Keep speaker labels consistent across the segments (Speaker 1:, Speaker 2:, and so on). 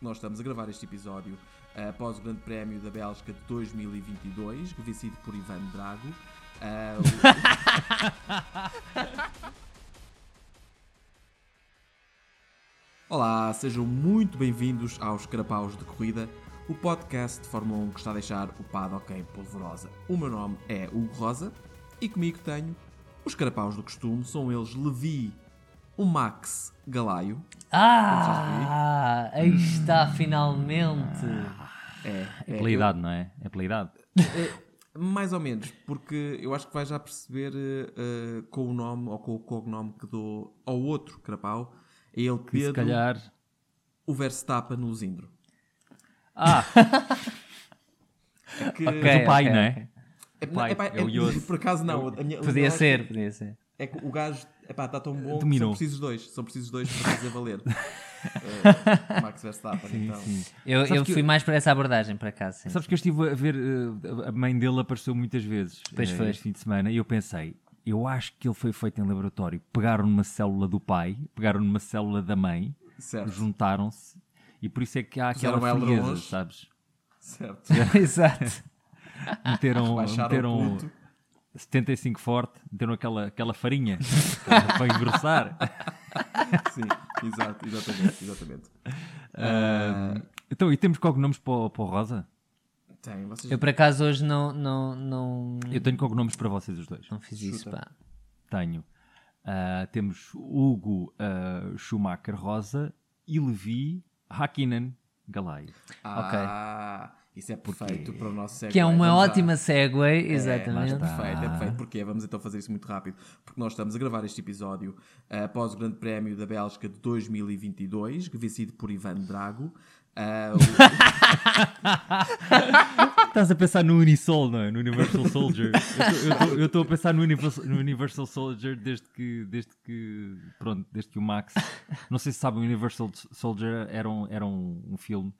Speaker 1: Nós estamos a gravar este episódio eh, após o Grande Prémio da Bélgica de 2022, vencido por Ivan Drago. Ah, o- Olá, sejam muito bem-vindos aos Carapaus de Corrida, o podcast de Fórmula 1 que está a deixar o paddock em polvorosa. O meu nome é Hugo Rosa e comigo tenho os Carapaus do costume, são eles Levi, o Max Galaio,
Speaker 2: Ah, aí está finalmente.
Speaker 1: é, é,
Speaker 3: Habilidade, não é? É habilidade.
Speaker 1: Eh, mais ou menos, porque eu acho que vais já perceber eh, eh, com o nome ou com o cognome que dou ao outro Carapau, é ele
Speaker 3: E se
Speaker 1: Pedro,
Speaker 3: calhar.
Speaker 1: o Verstappen no Zindro.
Speaker 3: Ah,
Speaker 1: É que-
Speaker 2: Ok.
Speaker 3: o pai,
Speaker 2: ok,
Speaker 3: não é?
Speaker 2: ok.
Speaker 1: é,
Speaker 3: pai,
Speaker 1: epá,
Speaker 3: é o Yod.
Speaker 1: Por acaso não, a minha- eu
Speaker 2: Ah, Podia
Speaker 1: acho-
Speaker 2: ser, podia ser.
Speaker 1: É que o gajo está tão bom
Speaker 3: Dominou.
Speaker 1: que são precisos dois. São precisos dois para fazer valer. Eh, Max Verstappen, então.
Speaker 2: Eu,
Speaker 3: Sabes
Speaker 2: eu
Speaker 3: que-
Speaker 2: fui mais para essa abordagem, para cá, sim.
Speaker 3: Sabes que eu estive a ver. eh, A mãe dele apareceu muitas vezes
Speaker 2: Pois
Speaker 3: eh,
Speaker 2: foi.
Speaker 3: este fim de semana e eu pensei. Eu acho que ele foi feito em laboratório. Pegaram numa célula do pai, pegaram numa célula da mãe,
Speaker 1: Certo,
Speaker 3: juntaram-se e por isso é que há aquela
Speaker 1: Fizeram
Speaker 3: frieza,
Speaker 1: ailerons.
Speaker 3: sabes?
Speaker 1: certo.
Speaker 2: Exato.
Speaker 3: Meteram,
Speaker 1: Baixaram Ah, o
Speaker 3: meteram
Speaker 1: puto.
Speaker 3: 75 forte, meteram aquela, aquela farinha para engrossar.
Speaker 1: Sim, exato, exatamente, exatamente.
Speaker 3: Então, e temos cognomes para, o- para o Rosa?
Speaker 1: Tem, vocês...
Speaker 2: Eu por acaso hoje não, não, não,
Speaker 3: Eu tenho cognomes para vocês os dois.
Speaker 2: não fiz isso, pá.
Speaker 3: É Tenho. Ah, temos Hugo ah, Schumacher Rosa e Levi Hakkinen Galay.
Speaker 1: Ah, isso é perfeito para o nosso segue.
Speaker 2: Que é uma ótima segue,
Speaker 1: É,
Speaker 2: exatamente.
Speaker 1: perfeito, é perfeito. Porquê? Vamos então fazer isso muito rápido. Porque nós estamos a gravar este episódio eh, após o Grande Prémio da Bélgica de 2022, que vencido por Ivan Drago. Ah, o-
Speaker 3: Estás a pensar no Unisol, não é? No Universal Soldier. Eu tô- eu estou a pensar no Universal, no Universal Soldier desde que, desde que. Pronto, desde que o Max. Não sei se sabem, o Universal Soldier era um, era um, um filme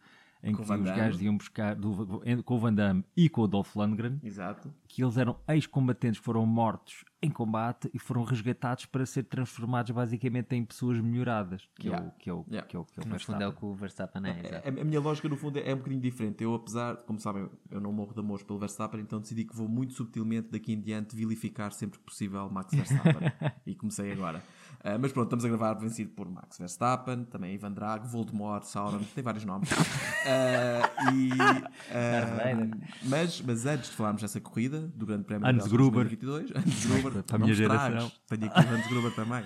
Speaker 3: em
Speaker 1: o
Speaker 3: que
Speaker 1: Van
Speaker 3: os
Speaker 1: Damme.
Speaker 3: gajos iam buscar do- com o Van Damme e com o Dolph Lundgren.
Speaker 1: Exato.
Speaker 3: que eles eram ex-combatentes, foram mortos em combate e foram resgatados para ser transformados basicamente em pessoas melhoradas, que é
Speaker 1: Yeah.
Speaker 3: o que é o
Speaker 1: Yeah.
Speaker 3: que é o que
Speaker 2: No
Speaker 3: é o
Speaker 2: fundo é o
Speaker 3: Verstappen.
Speaker 2: que o Verstappen é, exato.
Speaker 1: A, a minha lógica, no fundo, é um bocadinho diferente. Eu, apesar, como sabem, eu não morro de amores pelo Verstappen, então decidi que vou muito subtilmente daqui em diante vilificar sempre que possível Max Verstappen. e comecei agora. Ah, mas pronto, estamos a gravar vencido por Max Verstappen, também Ivan Drago, Voldemort, Sauron, tem vários nomes. Ah, e, ah,
Speaker 2: Vader.
Speaker 1: mas, mas antes de falarmos dessa corrida, do Grande Prémio
Speaker 3: Hans
Speaker 1: de
Speaker 3: Gruber.
Speaker 1: 2022, Hans Gruber,
Speaker 3: Para a
Speaker 1: não
Speaker 3: minha
Speaker 1: me estragues.
Speaker 3: geração.
Speaker 1: Tenho aqui o Hans Gruber também.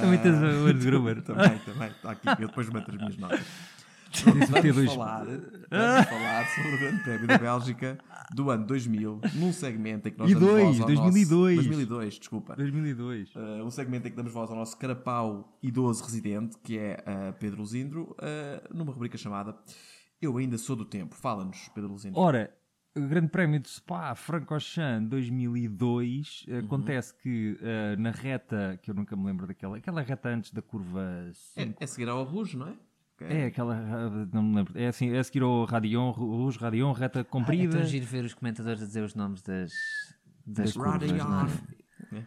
Speaker 3: Também tens o Hans Gruber.
Speaker 1: também, também. Está aqui, eu depois meto as minhas notas.
Speaker 3: T2.
Speaker 1: Vamos falar, vamos falar sobre o Grande Prémio da Bélgica do ano 2000, num segmento em que nós
Speaker 3: E
Speaker 1: damos voz
Speaker 3: dois,
Speaker 1: ao
Speaker 3: 2002.
Speaker 1: nosso... 2002, desculpa.
Speaker 3: 2002.
Speaker 1: Uh, um segmento em que damos voz ao nosso carapau idoso residente, que é uh, Pedro Luzindro, uh, numa rubrica chamada Eu Ainda Sou do Tempo. Fala-nos, Pedro Luzindro.
Speaker 3: Ora, o Grande Prémio de Spa, Francorchamps 2002,
Speaker 1: Uhum.
Speaker 3: eh, acontece que eh, na reta, que eu nunca me lembro daquela, aquela reta antes da curva
Speaker 1: é,
Speaker 3: 5.
Speaker 1: é seguir ao Rouge, não é? Ok.
Speaker 3: É, aquela, eh, não me lembro. É assim, é a seguir ao Radion, Rouge Radion, reta
Speaker 2: É
Speaker 1: Ah,
Speaker 3: comprida.
Speaker 2: tão giro ver os comentadores a dizer os nomes das, das curvas,
Speaker 1: Riding
Speaker 2: não é?
Speaker 1: on.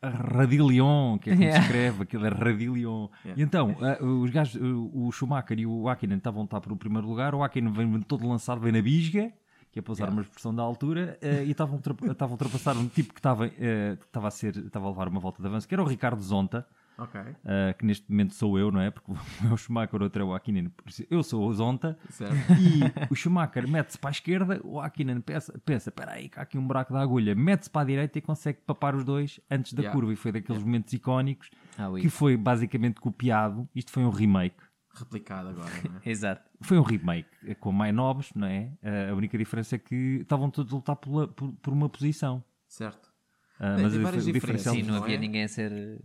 Speaker 3: Radilion, que é como
Speaker 2: Yeah.
Speaker 3: se escreve, aquilo é Radilion.
Speaker 1: Yeah.
Speaker 3: E então, ah, os gajos, ah, o Schumacher e o Hakkinen estavam a lutar pelo primeiro lugar, o Hakkinen vem todo lançado, vem na bisga, que é para usar uma expressão da altura, ah, e estavam a ultrap- estavam a ultrapassar um tipo que estava, ah, que estava a ser, estava a levar uma volta de avanço, que era o Ricardo Zonta,
Speaker 1: Ok,
Speaker 3: ah, que neste momento sou eu, não é? Porque um é o Schumacher, o outro é o Hakkinen, por isso eu sou o Zonta,
Speaker 1: certo.
Speaker 3: e o Schumacher mete-se para a esquerda, o Hakkinen pensa, pensa, espera aí, que há aqui um buraco da agulha, mete-se para a direita e consegue papar os dois antes da
Speaker 1: Yeah.
Speaker 3: curva. E foi daqueles momentos icónicos
Speaker 2: Ah, oui.
Speaker 3: que foi basicamente copiado. Isto foi um remake.
Speaker 1: Replicado agora, não é?
Speaker 2: Exato.
Speaker 3: Foi um remake eh, com mais nobres, não é? Eh, A única diferença é que estavam todos a lutar pela- por, por uma posição.
Speaker 1: Certo.
Speaker 3: Ah,
Speaker 1: Bem,
Speaker 3: mas
Speaker 1: tem
Speaker 3: a
Speaker 1: várias
Speaker 3: dif- diferença
Speaker 1: diferenças,
Speaker 2: Sim, não
Speaker 1: Não
Speaker 2: havia
Speaker 1: é?
Speaker 2: ninguém a ser... eh,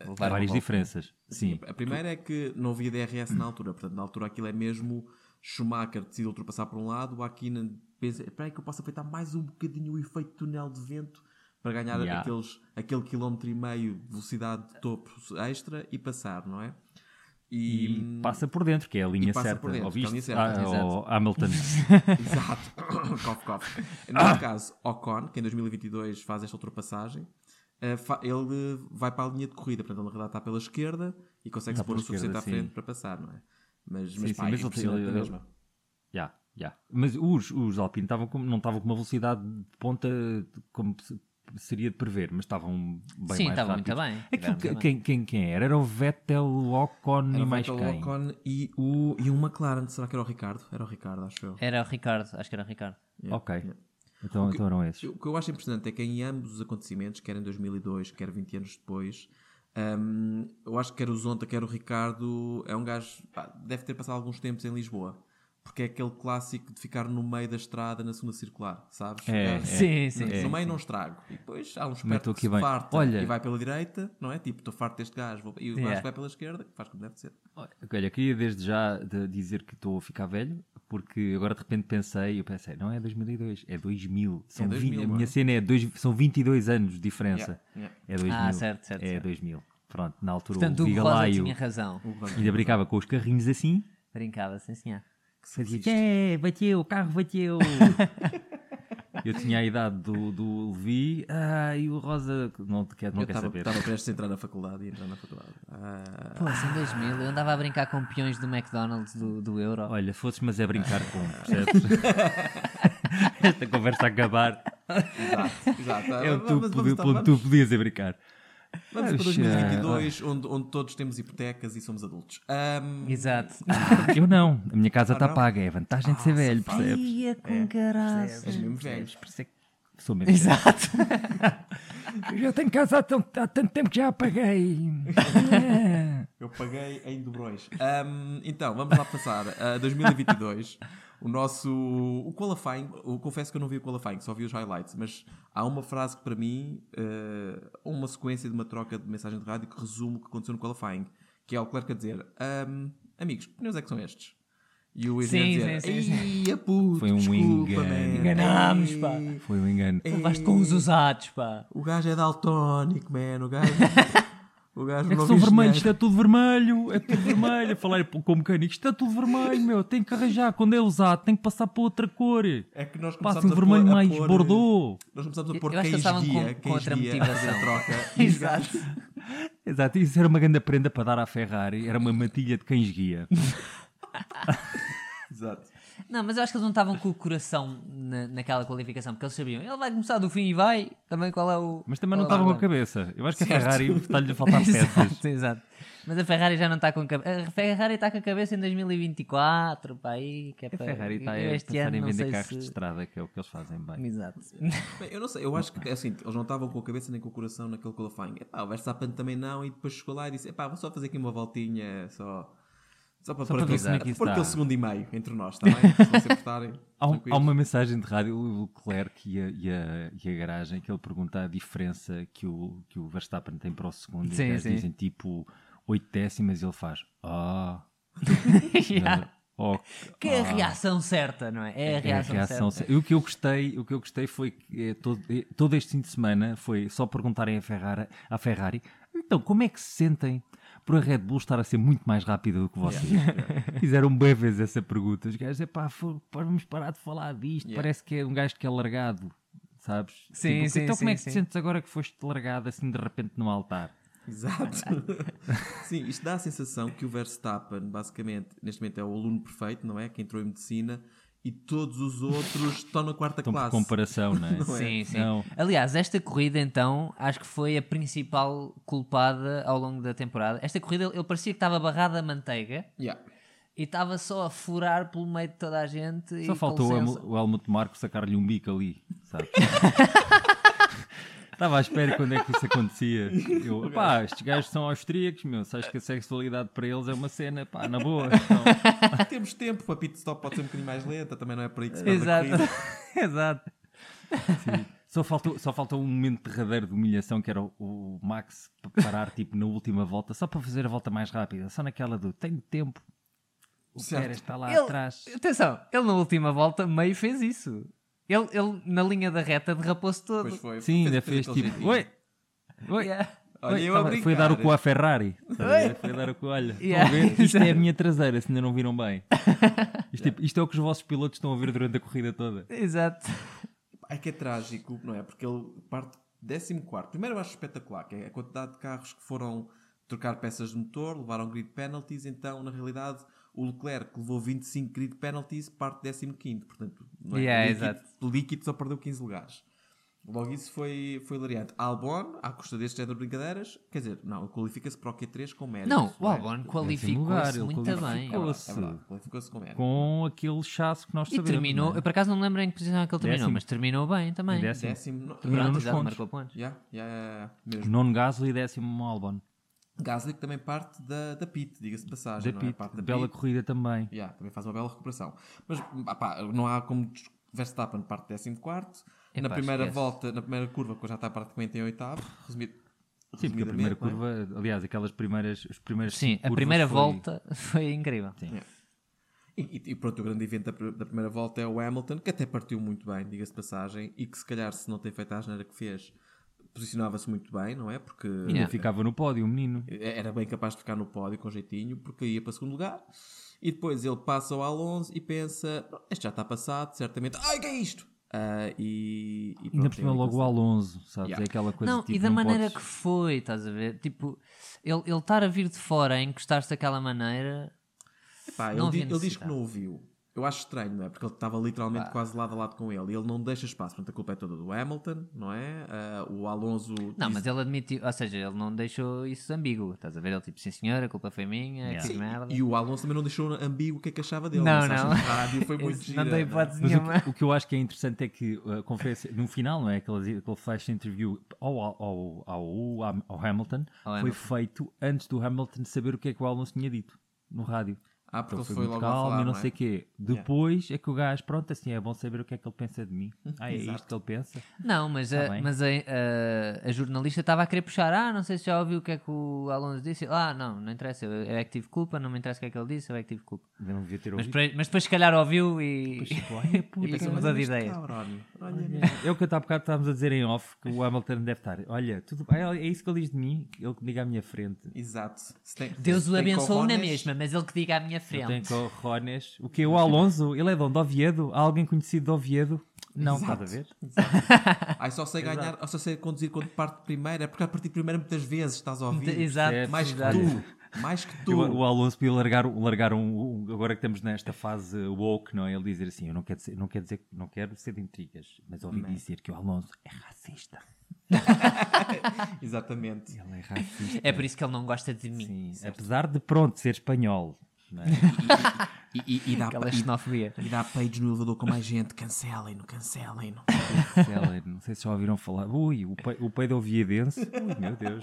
Speaker 3: há
Speaker 2: levar
Speaker 3: várias
Speaker 2: uma volta.
Speaker 3: diferenças. Sim.
Speaker 1: A primeira é que não havia DRS na altura, portanto, na altura aquilo é mesmo Schumacher decide ultrapassar por um lado, o Akina pensa, espera aí que eu posso aproveitar mais um bocadinho o efeito túnel de vento para ganhar
Speaker 3: Yeah.
Speaker 1: aqueles, aquele quilómetro e meio de velocidade de topo extra e passar, não é?
Speaker 3: E passa por dentro, que é a linha
Speaker 1: passa
Speaker 3: certa.
Speaker 1: por dentro, que é a
Speaker 3: Ouviste?
Speaker 1: linha certa,
Speaker 3: Ah,
Speaker 2: exato.
Speaker 3: o Hamilton.
Speaker 1: Exato. cof, cof.
Speaker 3: Ah!
Speaker 1: No caso, Ocon, que em 2022 faz esta ultrapassagem, eh, fa- ele eh, vai para a linha de corrida, portanto, ele na realidade está pela esquerda e consegue-se pôr
Speaker 3: pela
Speaker 1: o suficiente à
Speaker 3: esquerda,
Speaker 1: frente
Speaker 3: sim.
Speaker 1: para passar, não é? Mas,
Speaker 3: Sim,
Speaker 1: mas, pá,
Speaker 3: sim,
Speaker 1: é
Speaker 3: mas ele-
Speaker 1: impressionante
Speaker 3: ele-
Speaker 1: na mesma.
Speaker 3: Já, já. Mas os, os Alpine estavam com- não estavam com uma velocidade de ponta como se- seria de prever, mas estavam bem
Speaker 2: Sim,
Speaker 3: mais
Speaker 2: estavam muito
Speaker 3: rápidos.
Speaker 2: bem, tiveram
Speaker 3: Aquilo que-
Speaker 2: muito bem.
Speaker 3: quem, quem, quem era? Era o Vettel, o Ocon
Speaker 1: Era
Speaker 3: e
Speaker 1: o
Speaker 3: mais
Speaker 1: Vettel, o
Speaker 3: quem?
Speaker 1: Ocon e, o, e um McLaren. Será que era o Ricardo? Era o Ricardo, acho eu.
Speaker 2: Era o Ricardo, acho que era o Ricardo.
Speaker 3: É, Ok. Então, então eram esses.
Speaker 1: O que eu acho impressionante é que em ambos os acontecimentos, quer em 2002, quer 20 anos depois, hum, eu acho que quer o Zonta, quer o Ricardo, é um gajo, pá, deve ter passado alguns tempos em Lisboa. Porque é aquele clássico de ficar no meio da estrada na segunda circular, sabes?
Speaker 3: É,
Speaker 1: O gajo-
Speaker 3: é.
Speaker 2: Sim, sim,
Speaker 1: No
Speaker 2: sim,
Speaker 1: meio não estrago. E depois há um
Speaker 3: Meto
Speaker 1: esperto
Speaker 3: aqui
Speaker 1: que se
Speaker 3: bem.
Speaker 1: farta
Speaker 3: Olha-
Speaker 1: e vai pela direita, não é? Tipo, estou farto deste gajo, vou- e o
Speaker 2: Yeah.
Speaker 1: gajo vai pela esquerda, que faz como deve ser.
Speaker 3: Olha, queria desde já de- dizer que estou a ficar velho, porque agora de repente pensei, eu pensei, não é 2002, é 2000. São
Speaker 1: 2000,
Speaker 3: 20, a
Speaker 1: não é?
Speaker 3: minha cena é dois, são 22 anos de diferença.
Speaker 1: Yeah, yeah.
Speaker 3: É 2000.
Speaker 2: Ah, certo, certo,
Speaker 3: É
Speaker 2: certo.
Speaker 3: 2000. Pronto, na altura
Speaker 2: Portanto,
Speaker 3: o
Speaker 2: o Rosa
Speaker 3: Vigalaio
Speaker 2: tinha razão.
Speaker 3: ainda brincava com os carrinhos assim.
Speaker 2: Brincava, sim, senhor.
Speaker 1: Que se
Speaker 3: Fazia,
Speaker 1: resiste.
Speaker 3: "Tchê, bateu, o carro bateu. eu tinha a idade do, do Levi ah, e o Rosa não, te quer, não
Speaker 1: Eu
Speaker 3: quer
Speaker 1: estava
Speaker 3: saber.
Speaker 1: estava prestes a entrar na faculdade e entrar na faculdade. Ah,
Speaker 2: Pô, assim, 2000, eu andava a brincar com peões do McDonald's do, do Euro.
Speaker 3: Olha, fosses mas é brincar com, percebes? Esta conversa a acabar
Speaker 1: exato, exato.
Speaker 3: é o
Speaker 1: Vamos- Ah, vamos-
Speaker 3: tu,
Speaker 1: tá-
Speaker 3: podi-
Speaker 1: vamos-
Speaker 3: onde tu podias ir brincar.
Speaker 2: é.
Speaker 1: Vamos para
Speaker 3: Oxa.
Speaker 1: 2022, onde, onde todos temos hipotecas e somos adultos. Ahm,
Speaker 2: Exato. Ah,
Speaker 3: Eu não, a minha casa
Speaker 1: Ah,
Speaker 3: está
Speaker 1: não? Ah,
Speaker 3: paga, é a vantagem de ser velho, percebes?
Speaker 2: Ia com caraças.
Speaker 1: és mesmo velho.
Speaker 3: Por isso é que Sou mesmo.
Speaker 2: Exato.
Speaker 3: Eu já tenho casa há, tão- há tanto tempo que já a paguei.
Speaker 1: Eu paguei em dobrões. Ahm, então, vamos lá passar a 2022. O nosso. O qualifying. Eu confesso que eu não vi o qualifying, só vi os highlights. Mas há uma frase que, para mim, eh, uma sequência de uma troca de mensagem de rádio que resume o que aconteceu no qualifying. Que é o Clerc a dizer: "Ahm, Amigos, que pneus é que são estes? E o engenheiro
Speaker 2: Sim,
Speaker 1: a
Speaker 2: sim,
Speaker 1: dizer:
Speaker 2: sim,
Speaker 1: "Ei, a puto,
Speaker 3: Foi um
Speaker 1: desculpa,
Speaker 3: engano.
Speaker 1: man. É,
Speaker 2: Enganámos, pá."
Speaker 1: Ei,
Speaker 3: Foi um engano.
Speaker 2: Levaste com os usados, pá.
Speaker 1: O gajo é daltónico, man. O gajo. o gajo
Speaker 3: É que
Speaker 1: não
Speaker 3: são
Speaker 1: viu
Speaker 3: vermelhos, isto
Speaker 1: dinheiro.
Speaker 3: é tudo vermelho, é tudo vermelho. Eu Falei com o mecânico, isto é tudo vermelho, meu, tem que arranjar. Quando é usado, tem que passar para outra cor.
Speaker 1: É que nós
Speaker 3: Passa um
Speaker 1: começámos a pôr-
Speaker 3: vermelho
Speaker 1: a
Speaker 3: mais
Speaker 1: pôr-
Speaker 3: bordeaux.
Speaker 1: Nós começámos a
Speaker 2: Eu-
Speaker 1: pôr
Speaker 2: eu acho
Speaker 1: quem
Speaker 2: que eles estavam
Speaker 1: guia,
Speaker 2: com-
Speaker 1: quem
Speaker 2: com outra
Speaker 1: guia a fazer a
Speaker 2: motivação.
Speaker 1: troca.
Speaker 2: Exato.
Speaker 3: Exato, isso era uma grande prenda para dar à Ferrari, era uma matilha de cães guia.
Speaker 1: Exato.
Speaker 2: Não, mas eu acho que eles não estavam com o coração na- naquela qualificação, porque eles sabiam, ele vai começar do fim e vai, também qual é o...
Speaker 3: Mas também não
Speaker 2: qual é
Speaker 3: estava
Speaker 2: o
Speaker 3: com a
Speaker 2: plano.
Speaker 3: cabeça. Eu acho que a
Speaker 1: Certo.
Speaker 3: Ferrari está-lhe a faltar peças.
Speaker 2: Exato, exato. Mas a Ferrari já não está com a cabeça. A Ferrari está com a cabeça em 2024, pá, aí, que é
Speaker 3: A
Speaker 2: para...
Speaker 3: Ferrari está a
Speaker 2: este
Speaker 3: pensar
Speaker 2: ano,
Speaker 3: em
Speaker 2: não
Speaker 3: vender
Speaker 2: sei
Speaker 3: carros
Speaker 2: se-
Speaker 3: de estrada, que é o que eles fazem bem.
Speaker 2: Exato.
Speaker 1: Bem, Eu não sei, eu acho que é assim, eles não estavam com a cabeça nem com o coração naquele qualifying. Epá, o Verstappen também não, e depois chegou lá e disse: epá, vou só fazer aqui uma voltinha, só. Só para, pôr
Speaker 3: para ver
Speaker 1: aquele,
Speaker 3: como é que isso
Speaker 1: pôr
Speaker 3: dá."
Speaker 1: aquele segundo e meio entre nós, está bem? Se não se importarem.
Speaker 3: Há, um- há
Speaker 1: tranquilos.
Speaker 3: uma mensagem de rádio, o Leclerc e a, e a- e a garagem, que ele pergunta a diferença que o, que o Verstappen tem para o segundo.
Speaker 2: Sim,
Speaker 3: e eles
Speaker 2: sim.
Speaker 3: dizem tipo 8 décimas e ele faz. Ah,
Speaker 2: Yeah.
Speaker 3: ok. ah,
Speaker 2: Que é a reação certa, não é? É a
Speaker 3: É a
Speaker 2: reação,
Speaker 3: reação
Speaker 2: certa.
Speaker 3: certa. E O que eu gostei, o que eu gostei foi que eh, todo, eh, todo este fim de semana foi só perguntarem à Ferrari, à Ferrari, então como é que se sentem por a Red Bull estar a ser muito mais rápida do que vocês? Fizeram bem vezes essa pergunta. Os gajos, é pá, vamos parar de falar disto.
Speaker 1: Yeah.
Speaker 3: Parece que é um gajo que é largado, sabes?
Speaker 2: Sim,
Speaker 3: Tipo,
Speaker 2: sim,
Speaker 3: Então
Speaker 2: sim,
Speaker 3: como é que
Speaker 2: sim.
Speaker 3: te sentes agora que foste largado assim de repente no altar?
Speaker 1: Exato. Sim, isto dá a sensação que o Verstappen, basicamente, neste momento é o aluno perfeito, não é? Que entrou em medicina e todos os outros estão na quarta
Speaker 3: Então por
Speaker 1: classe.
Speaker 3: comparação, não é?
Speaker 1: Não é?
Speaker 2: Sim, sim.
Speaker 3: Não.
Speaker 2: Aliás, esta corrida então, acho que foi a principal culpada ao longo da temporada. Esta corrida ele ele parecia que estava barrado a manteiga
Speaker 1: Yeah.
Speaker 2: e estava só a furar pelo meio de toda a gente. e,
Speaker 3: Só
Speaker 2: com
Speaker 3: faltou o
Speaker 2: licença-
Speaker 3: Helmut- o Helmut Marco sacar-lhe um bico ali, sabe? Estava à espera quando é que isso acontecia. Eu, pá, estes gajos são austríacos, meu. Sabes que a sexualidade para eles é uma cena, pá, na boa. Então,
Speaker 1: Temos tempo, a pit stop pode ser um bocadinho mais lenta, também não é para aí que se perde a
Speaker 2: Exato,
Speaker 1: corrida.
Speaker 2: exato.
Speaker 3: só, faltou, só faltou um momento derradeiro de humilhação que era o, o Max parar, tipo, na última volta, só para fazer a volta mais rápida. Só naquela do tenho tempo. O
Speaker 1: Certo.
Speaker 3: Pérez está lá
Speaker 2: Ele-
Speaker 3: atrás.
Speaker 2: Atenção, ele na última volta meio fez isso. Ele, ele na linha da reta derrapou-se todo.
Speaker 1: Pois foi.
Speaker 3: Sim, ainda
Speaker 1: aquele
Speaker 3: fez tipo.
Speaker 1: jeitinho.
Speaker 3: Oi! Oi!
Speaker 2: Yeah.
Speaker 1: Olha,
Speaker 3: Oi,
Speaker 1: eu
Speaker 3: tava-
Speaker 1: a brincar.
Speaker 3: foi dar o cu à Ferrari. Estás a ver? Foi dar o cu, olha. estão a ver?
Speaker 2: Yeah.
Speaker 3: Isto é a minha traseira, se ainda não viram bem. Isto, tipo, isto é o que os vossos pilotos estão a ver durante a corrida toda.
Speaker 2: Exato.
Speaker 1: É que é trágico, não é? Porque ele parte 14. Primeiro eu acho espetacular, que é a quantidade de carros que foram trocar peças de motor, levaram grid penalties, então na realidade o Leclerc levou 25 grid penalties, parte 15, portanto, não é?
Speaker 2: Yeah,
Speaker 1: líquido,
Speaker 2: exato.
Speaker 1: líquido só perdeu 15 lugares. Logo isso foi, foi hilariante. Albon, à custa deste género de brincadeiras, quer dizer, não, ele qualifica-se para o Q3 com mérito.
Speaker 2: Não, o
Speaker 1: é?
Speaker 2: Albon
Speaker 3: lugar,
Speaker 2: qualificou-se
Speaker 3: ele
Speaker 2: muito bem.
Speaker 1: É
Speaker 3: qualificou.
Speaker 1: verdade, é verdade, qualificou-se com mérito.
Speaker 3: Com aquele chasso que nós
Speaker 2: E
Speaker 3: sabemos.
Speaker 2: terminou, eu por acaso não me lembro em que posição é que ele terminou,
Speaker 3: Décimo.
Speaker 2: mas terminou bem também.
Speaker 3: Décimo.
Speaker 1: Décimo, no-
Speaker 2: Pronto,
Speaker 3: Terminou nos
Speaker 2: exato,
Speaker 3: pontos.
Speaker 2: marcou pontos.
Speaker 1: Yeah, yeah, yeah, yeah, mesmo.
Speaker 3: Nono Gasly e décimo Albon.
Speaker 1: Gasly que também parte da, da pit, diga-se de
Speaker 3: Da
Speaker 1: passagem. não é?
Speaker 3: Pit.
Speaker 1: Parte da
Speaker 3: Bela
Speaker 1: pit.
Speaker 3: corrida também.
Speaker 1: Yeah, também faz uma bela recuperação. Mas ah pá, não há como des- Verstappen parte 14. Na
Speaker 2: Epá,
Speaker 1: primeira
Speaker 2: esquece.
Speaker 1: volta, na primeira curva, que já está praticamente em oitavo. Resumido,
Speaker 3: Sim, porque a primeira
Speaker 1: resumidamente, não é?
Speaker 3: curva, aliás, aquelas primeiras. Os primeiros
Speaker 2: Sim,
Speaker 3: cinco
Speaker 2: a
Speaker 3: curvas
Speaker 2: primeira
Speaker 3: foi-
Speaker 2: volta foi incrível.
Speaker 1: E, e- e pronto, o grande evento da, pr- da primeira volta é o Hamilton, que até partiu muito bem, diga-se de passagem, e que se calhar se não tem feito a asneira que fez, posicionava-se muito bem, não é? Porque
Speaker 3: Ainda ficava no pódio, o menino.
Speaker 1: era bem capaz de ficar no pódio com jeitinho, porque ia para segundo lugar. E depois ele passa ao Alonso e pensa: "Não, este já está passado, certamente. Ai, que é isto? Ah, e, e
Speaker 3: Ainda
Speaker 1: pronto,
Speaker 3: por cima
Speaker 1: ele
Speaker 3: logo o
Speaker 1: passa.
Speaker 3: Alonso, sabes?
Speaker 1: Yeah.
Speaker 3: É aquela coisa
Speaker 2: Não,
Speaker 3: tipo,
Speaker 2: e da maneira
Speaker 3: podes-
Speaker 2: que foi, estás a ver? Tipo, ele ele estar a vir de fora, a encostar-se daquela maneira,
Speaker 1: Pá,
Speaker 2: não
Speaker 1: ele, di-
Speaker 2: havia
Speaker 1: ele diz que
Speaker 2: necessidade.
Speaker 1: não ouviu. Eu acho estranho, não é? Porque ele estava literalmente quase lado a lado com ele e ele não deixa espaço. Portanto, a culpa é toda do Hamilton, não é? Ah, o Alonso.
Speaker 2: Não,
Speaker 1: diz-
Speaker 2: mas ele admitiu, ou seja, ele não deixou isso ambíguo. Estás a ver? Ele tipo, sim senhor, a culpa foi minha,
Speaker 3: Yeah.
Speaker 1: Sim,
Speaker 2: que é merda.
Speaker 1: E o Alonso também não deixou ambíguo o que é que achava dele.
Speaker 2: Não,
Speaker 1: A mensagem
Speaker 2: não.
Speaker 1: de rádio foi muito
Speaker 2: Esse
Speaker 1: gira,
Speaker 2: não deu
Speaker 1: é?
Speaker 2: hipótese
Speaker 3: Mas o
Speaker 2: nenhuma.
Speaker 3: que, o que eu acho que é interessante é que a conferência, no final, não é? Aquele, aquele flash interview ao, ao, ao, ao, Ham- ao Hamilton
Speaker 2: Ao
Speaker 3: foi
Speaker 2: Hamilton.
Speaker 3: feito antes do Hamilton saber o que é que o Alonso tinha dito no rádio.
Speaker 1: Ah, porque
Speaker 3: Então
Speaker 1: ele
Speaker 3: foi,
Speaker 1: foi,
Speaker 3: muito
Speaker 1: logo
Speaker 3: calmo
Speaker 1: a falar,
Speaker 3: e não
Speaker 1: é?
Speaker 3: sei o quê. Depois é que o gajo, pronto, assim, é bom saber o que é que ele pensa de mim. Ah, é isto que ele pensa?
Speaker 2: Não, mas,
Speaker 3: Tá
Speaker 2: a,
Speaker 3: bem.
Speaker 2: mas a, a- a jornalista estava a querer puxar. Ah, não sei se já ouviu o que é que o Alonso disse. Ah, não, não interessa, eu, eu é que tive culpa, não me interessa o que é que ele disse, eu é que tive culpa.
Speaker 3: Eu não devia ter
Speaker 2: Mas,
Speaker 3: ouvido.
Speaker 2: pre- mas depois, se calhar, ouviu e.
Speaker 3: Tipo, olha,
Speaker 2: E
Speaker 3: puta.
Speaker 2: pensou,
Speaker 1: Mas é
Speaker 2: mudou de
Speaker 1: este
Speaker 2: ideia.
Speaker 1: cabrónio, olha,
Speaker 3: É o que eu há bocado estávamos a dizer em off, que o Hamilton deve estar. Olha, tudo bem, é isso que ele diz de mim, ele que diga à minha frente.
Speaker 1: Exato. Se tem-
Speaker 2: Deus
Speaker 1: se
Speaker 2: o
Speaker 1: tem
Speaker 2: abençoou na
Speaker 1: cojones,
Speaker 2: mesma, mas ele que diga à minha
Speaker 3: Eu tenho
Speaker 2: frente.
Speaker 3: corrones. O que? O Alonso? Ele é dono de Oviedo? Há alguém conhecido de Oviedo? Não,
Speaker 1: Exato.
Speaker 3: estás a ver?
Speaker 1: exato. Ai, só sei ganhar, só sei conduzir quando parte de primeira, é porque a partir de primeira muitas vezes estás a ouvir.
Speaker 2: Exato,
Speaker 3: É,
Speaker 1: Mais que
Speaker 3: Exato.
Speaker 1: tu, mais que tu.
Speaker 3: O, o Alonso podia largar, um- largar um, um- Agora que estamos nesta fase woke, não é? Ele dizer assim: Eu não quero, ser, não quero, dizer, não quero ser de intrigas, mas ouvi dizer que o Alonso é racista.
Speaker 1: Exatamente.
Speaker 3: Ele é racista.
Speaker 2: É por isso que ele não gosta de mim.
Speaker 3: Sim, apesar de, pronto, ser espanhol. não é?
Speaker 1: E, e, e dá,
Speaker 2: Aquela
Speaker 1: e,
Speaker 2: xenofobia.
Speaker 1: e dá page no elevador com mais gente. Cancelem-no, cancelem-no.
Speaker 3: Ela- não sei se já ouviram falar. Ui, o, pe, o peido oviedense. Ui, meu Deus.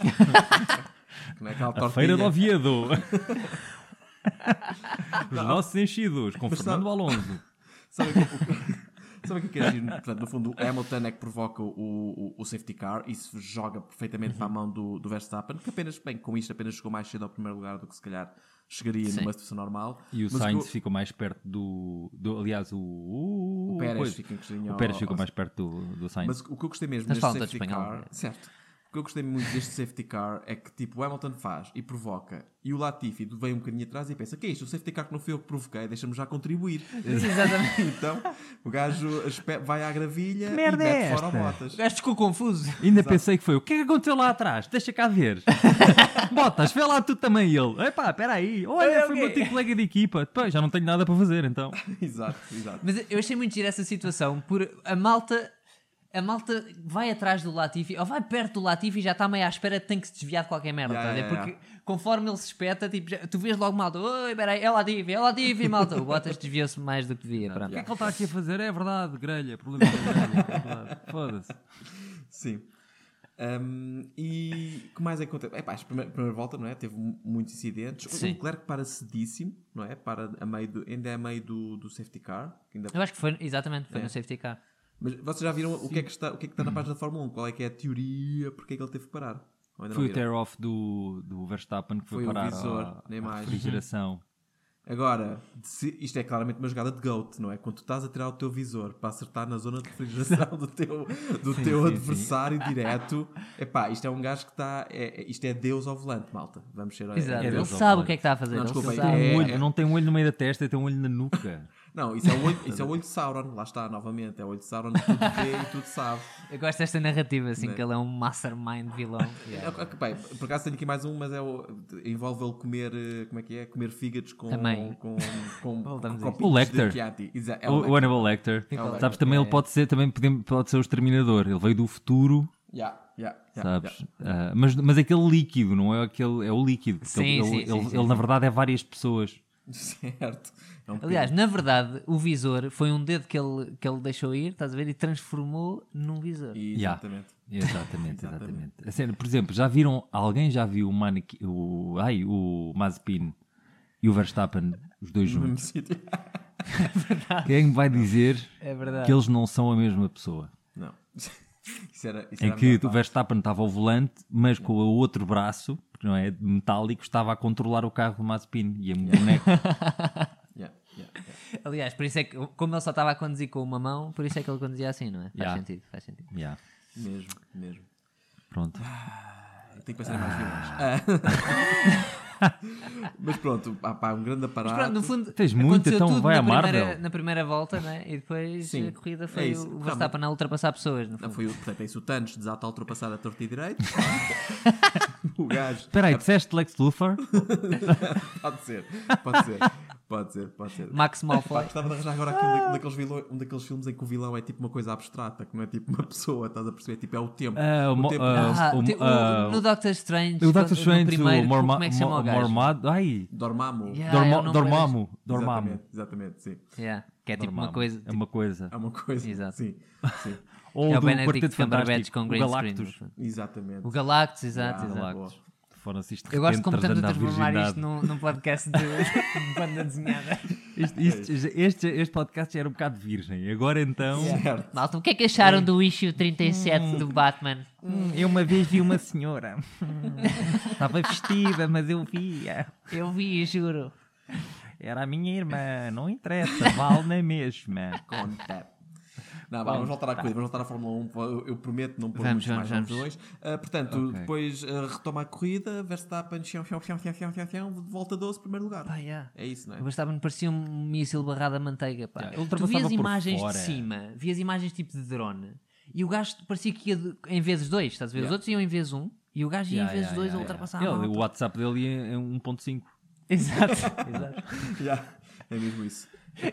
Speaker 1: Não é aquela
Speaker 3: A Feira de
Speaker 1: tortilha.
Speaker 3: Oviedo. Os nossos enchidos, com
Speaker 1: Mas sabe-
Speaker 3: Fernando Alonso.
Speaker 1: Sabe o que, o- sabe o que é que é giro? Portanto, no fundo, o Hamilton é que provoca o, o, o safety car. Isso joga perfeitamente para a mão do, do Verstappen, que apenas, bem, com isto apenas chegou mais cedo ao primeiro lugar do que se calhar chegaria numa situação normal.
Speaker 3: E o
Speaker 1: Mas
Speaker 3: Sainz
Speaker 1: que
Speaker 3: ficou mais perto do. do- aliás, o. O,
Speaker 1: o Pérez
Speaker 3: coisa.
Speaker 1: fica encostadinho
Speaker 3: O Pérez
Speaker 1: ao-
Speaker 3: ficou
Speaker 1: ao-
Speaker 3: mais perto do, do Sainz.
Speaker 1: Mas o que eu gostei mesmo
Speaker 2: Mas
Speaker 1: deste
Speaker 2: fala todo
Speaker 1: safety
Speaker 2: espanhol,
Speaker 1: car,
Speaker 2: né?
Speaker 1: certo. O que eu gostei muito deste safety car é que tipo o Hamilton faz e provoca e o Latifi vem um bocadinho atrás e pensa: que é isto? O safety car que não foi eu que provoquei, deixa-me já contribuir. Exatamente. então o gajo espe- vai à gravilha e
Speaker 3: merda
Speaker 1: mete
Speaker 3: é
Speaker 1: fora o
Speaker 3: esta?
Speaker 1: Bottas.
Speaker 2: O gajo ficou confuso.
Speaker 3: Ainda pensei que foi o que é que aconteceu lá atrás? Deixa cá ver. Botas, vê lá tu também ele. Epá, peraí. Olha,
Speaker 2: Olha,
Speaker 3: foi o
Speaker 2: ok.
Speaker 3: meu teu colega de equipa. Pá, já não tenho nada para fazer então.
Speaker 1: exato, exato.
Speaker 2: Mas eu achei muito giro essa situação, por a malta. A malta vai atrás do Latifi, ou vai perto do Latifi e já está meio à espera que tem que se desviar de qualquer merda,
Speaker 1: Yeah,
Speaker 2: tá a ver?
Speaker 1: yeah,
Speaker 2: porque conforme ele se espeta, tipo, já- tu vês logo malta, oi, peraí, é o Latifi, é o Latifi, malta. O Bottas desviou-se mais do que devia, pronto.
Speaker 3: O que é que ele está aqui a fazer? É verdade, grelha. Problema da grelha. É verdade. Foda-se.
Speaker 1: Sim. Ahm, e que mais é que acontece? Epá, a primeira, primeira volta, não é? Teve mu- muitos incidentes. O
Speaker 2: Sim.
Speaker 1: Leclerc para cedíssimo, não é? Para a meio do, ainda é a meio do, do safety car. que Ainda
Speaker 2: Eu acho que foi, exatamente, foi no safety car.
Speaker 1: Mas vocês já viram o que, é que está, o que é que está na página da Fórmula 1? Qual é que é a teoria? Porque é que ele teve que parar? Ou ainda não
Speaker 3: Foi o
Speaker 1: viram?
Speaker 3: tear-off do, do Verstappen que foi,
Speaker 1: Foi o
Speaker 3: parar
Speaker 1: visor,
Speaker 3: à,
Speaker 1: nem
Speaker 3: à
Speaker 1: mais.
Speaker 3: refrigeração.
Speaker 1: Agora, se- isto é claramente uma jogada de GOAT, não é? Quando tu estás a tirar o teu visor para acertar na zona de refrigeração do teu, do teu
Speaker 3: sim,
Speaker 1: adversário direto, epá, isto é um gajo que está. É, é- isto é Deus ao volante, malta. Vamos ser
Speaker 2: Exato.
Speaker 1: é
Speaker 2: Ele
Speaker 1: Deus.
Speaker 3: Deus,
Speaker 2: sabe
Speaker 3: ó,
Speaker 2: o que é que está a fazer,
Speaker 1: Não,
Speaker 2: ele
Speaker 1: desculpa,
Speaker 2: sabe.
Speaker 1: é-
Speaker 3: Um olho- não tem um olho no meio da testa, tem um olho na nuca.
Speaker 1: Não, isso é, o olho, isso é o olho de Sauron, lá está, novamente. É o olho de Sauron, tudo vê e tudo sabe.
Speaker 2: Eu gosto desta narrativa, assim,
Speaker 1: Não.
Speaker 2: que ele é um mastermind vilão.
Speaker 1: É, ok, pá, por acaso tenho aqui mais um, mas é o, envolve ele comer, eh, como é que é? Comer fígados com,
Speaker 2: Também.
Speaker 1: com, com, com,
Speaker 2: Voltamos a isto.
Speaker 1: copinhos
Speaker 3: O Lecter.
Speaker 1: de Chianti. Exa- é
Speaker 3: O,
Speaker 1: o
Speaker 3: o
Speaker 1: Lecter.
Speaker 3: Hannibal Lecter.
Speaker 2: Hannibal Lecter.
Speaker 3: Sabes, também ele pode ser, também pode, pode ser o Exterminador. Ele veio do futuro,
Speaker 1: Yeah, yeah, yeah,
Speaker 3: sabes?
Speaker 1: yeah.
Speaker 3: Ah, mas, mas aquele líquido, não é aquele, é o líquido. porque
Speaker 2: Sim,
Speaker 3: ele,
Speaker 2: sim,
Speaker 3: ele-
Speaker 2: sim,
Speaker 3: ele-
Speaker 2: sim,
Speaker 3: ele,
Speaker 2: sim.
Speaker 3: na verdade é várias pessoas.
Speaker 1: Certo. É um
Speaker 2: Aliás, na verdade, o visor foi um dedo que ele, que ele deixou ir, estás a ver? E transformou num visor.
Speaker 1: bocadinho.
Speaker 3: Yeah.
Speaker 1: Exatamente.
Speaker 3: Exatamente, exatamente. A sério, por exemplo, já viram, alguém já viu o Manequi, o, ai, o Mazepin e o Verstappen, os dois
Speaker 1: No
Speaker 3: juntos?
Speaker 1: mesmo Um sítio.
Speaker 3: Quem vai dizer
Speaker 2: É verdade.
Speaker 3: que eles não são a mesma pessoa?
Speaker 1: Não. Isso era, isso
Speaker 3: Em
Speaker 1: era a
Speaker 3: que
Speaker 1: melhor
Speaker 3: o
Speaker 1: parte.
Speaker 3: Verstappen estava ao volante, mas com o outro braço, não é, metálico, estava a controlar o carro do Mazepin e a né? boneca.
Speaker 1: Yeah, yeah, yeah.
Speaker 2: Aliás, por isso é que, como ele só estava a conduzir com uma mão, por isso é que ele conduzia assim, não é? Faz
Speaker 3: Yeah.
Speaker 2: sentido, faz sentido.
Speaker 3: Yeah,
Speaker 1: Mesmo, mesmo.
Speaker 3: pronto.
Speaker 2: Ah,
Speaker 1: Tenho que pensar em mais vilões. Ah. Mas pronto, ah, pá, um grande aparato.
Speaker 2: Pronto, no fundo,
Speaker 3: Tens muito,
Speaker 2: aconteceu
Speaker 3: então
Speaker 2: tudo
Speaker 3: vai
Speaker 2: na
Speaker 3: à
Speaker 2: primeira,
Speaker 3: Marvel.
Speaker 2: Na primeira volta, né? E depois
Speaker 1: Sim,
Speaker 2: a corrida
Speaker 1: é
Speaker 2: foi
Speaker 1: isso.
Speaker 2: o
Speaker 1: Não,
Speaker 2: Verstappen a ultrapassar pessoas, no
Speaker 1: Não,
Speaker 2: fundo.
Speaker 1: foi o, portanto, é isso, o Thanos desata a ultrapassar a torta e direito. o gajo.
Speaker 3: Espera aí, disseste Lex Luthor?
Speaker 1: Pode ser, pode ser, pode ser, pode ser.
Speaker 2: Max
Speaker 1: Pá,
Speaker 2: Malfoy.
Speaker 1: gostava de arranjar agora aqui um, da- um daqueles vilões, um daqueles filmes em que o vilão é tipo uma coisa abstrata, que não é tipo uma pessoa, estás a perceber? Tipo, é o tempo.
Speaker 3: Ah, o mo-
Speaker 1: tempo.
Speaker 3: ah,
Speaker 2: Ah,
Speaker 3: o-
Speaker 2: te- o-
Speaker 3: ah,
Speaker 2: no Doctor Strange,
Speaker 3: o
Speaker 2: quando-
Speaker 3: Dr.
Speaker 2: no
Speaker 3: Strange, o
Speaker 2: primeiro,
Speaker 3: Morma-
Speaker 2: como é que se chama o
Speaker 3: Mo-
Speaker 2: gajo?
Speaker 3: Mormado, ai,
Speaker 1: Dormamo.
Speaker 2: Yeah,
Speaker 3: Dormo-
Speaker 2: é o nome
Speaker 3: Dormamo, Dormamo.
Speaker 1: Exatamente, exatamente, sim.
Speaker 2: Yeah, que é tipo
Speaker 3: Dormamo.
Speaker 2: uma coisa.
Speaker 3: É uma coisa.
Speaker 1: É uma coisa.
Speaker 2: Exato.
Speaker 1: Sim, sim.
Speaker 3: Ou
Speaker 2: é o
Speaker 3: do
Speaker 2: Benedict
Speaker 3: Quarteto
Speaker 2: Cumberbatch
Speaker 3: Fantástico,
Speaker 2: com
Speaker 3: o
Speaker 2: green screen.
Speaker 3: Galactus.
Speaker 2: no fundo.
Speaker 1: Exatamente.
Speaker 2: O Galactus, exato,
Speaker 1: Ah,
Speaker 2: exato.
Speaker 1: boa.
Speaker 3: Foram-se isto de
Speaker 2: Eu gosto
Speaker 3: repente
Speaker 2: como estamos a
Speaker 3: trazendo à
Speaker 2: transformar isto
Speaker 3: virgindade.
Speaker 2: num, num podcast de, de banda desenhada.
Speaker 3: Isto- isto-
Speaker 2: É
Speaker 3: este, este podcast já era um bocado virgem. Agora então.
Speaker 1: Certo.
Speaker 2: Malta, o que é que acharam do issue 37 do Batman?
Speaker 3: eu uma vez vi uma senhora. Estava vestida, mas eu via.
Speaker 2: Eu vi, juro.
Speaker 3: Era a minha irmã. Não interessa, vale na mesma.
Speaker 1: Conta. Não, vá, vamos voltar à coisa, vamos voltar à Fórmula 1. Eu, eu prometo não pôr
Speaker 2: Vamos,
Speaker 1: muitos mais
Speaker 2: vamos,
Speaker 1: vamos. portanto, depois ah, retoma a corrida, Verstappen, chão, chão, chão, chão, chão, chão, chão, volta 12, primeiro lugar.
Speaker 2: Pá, yeah.
Speaker 1: É isso, não é?
Speaker 2: O Verstappen parecia um míssil barrado a manteiga, pá.
Speaker 3: Já, ele
Speaker 2: tu
Speaker 3: ultrapassava
Speaker 2: vias
Speaker 3: por
Speaker 2: imagens
Speaker 3: fora.
Speaker 2: de cima, vias imagens tipo de drone, e o gajo parecia que ia de- em vezes dois, estás a ver? Os
Speaker 1: Yeah.
Speaker 2: outros iam em vezes um, e o gajo ia
Speaker 3: Yeah,
Speaker 2: em vezes
Speaker 3: yeah,
Speaker 2: dois
Speaker 3: yeah,
Speaker 2: a
Speaker 3: yeah.
Speaker 2: ultrapassar a
Speaker 3: Ele-
Speaker 2: malta.
Speaker 3: O WhatsApp dele é é 1.5.
Speaker 2: Exato, exato.
Speaker 1: Yeah, É mesmo isso.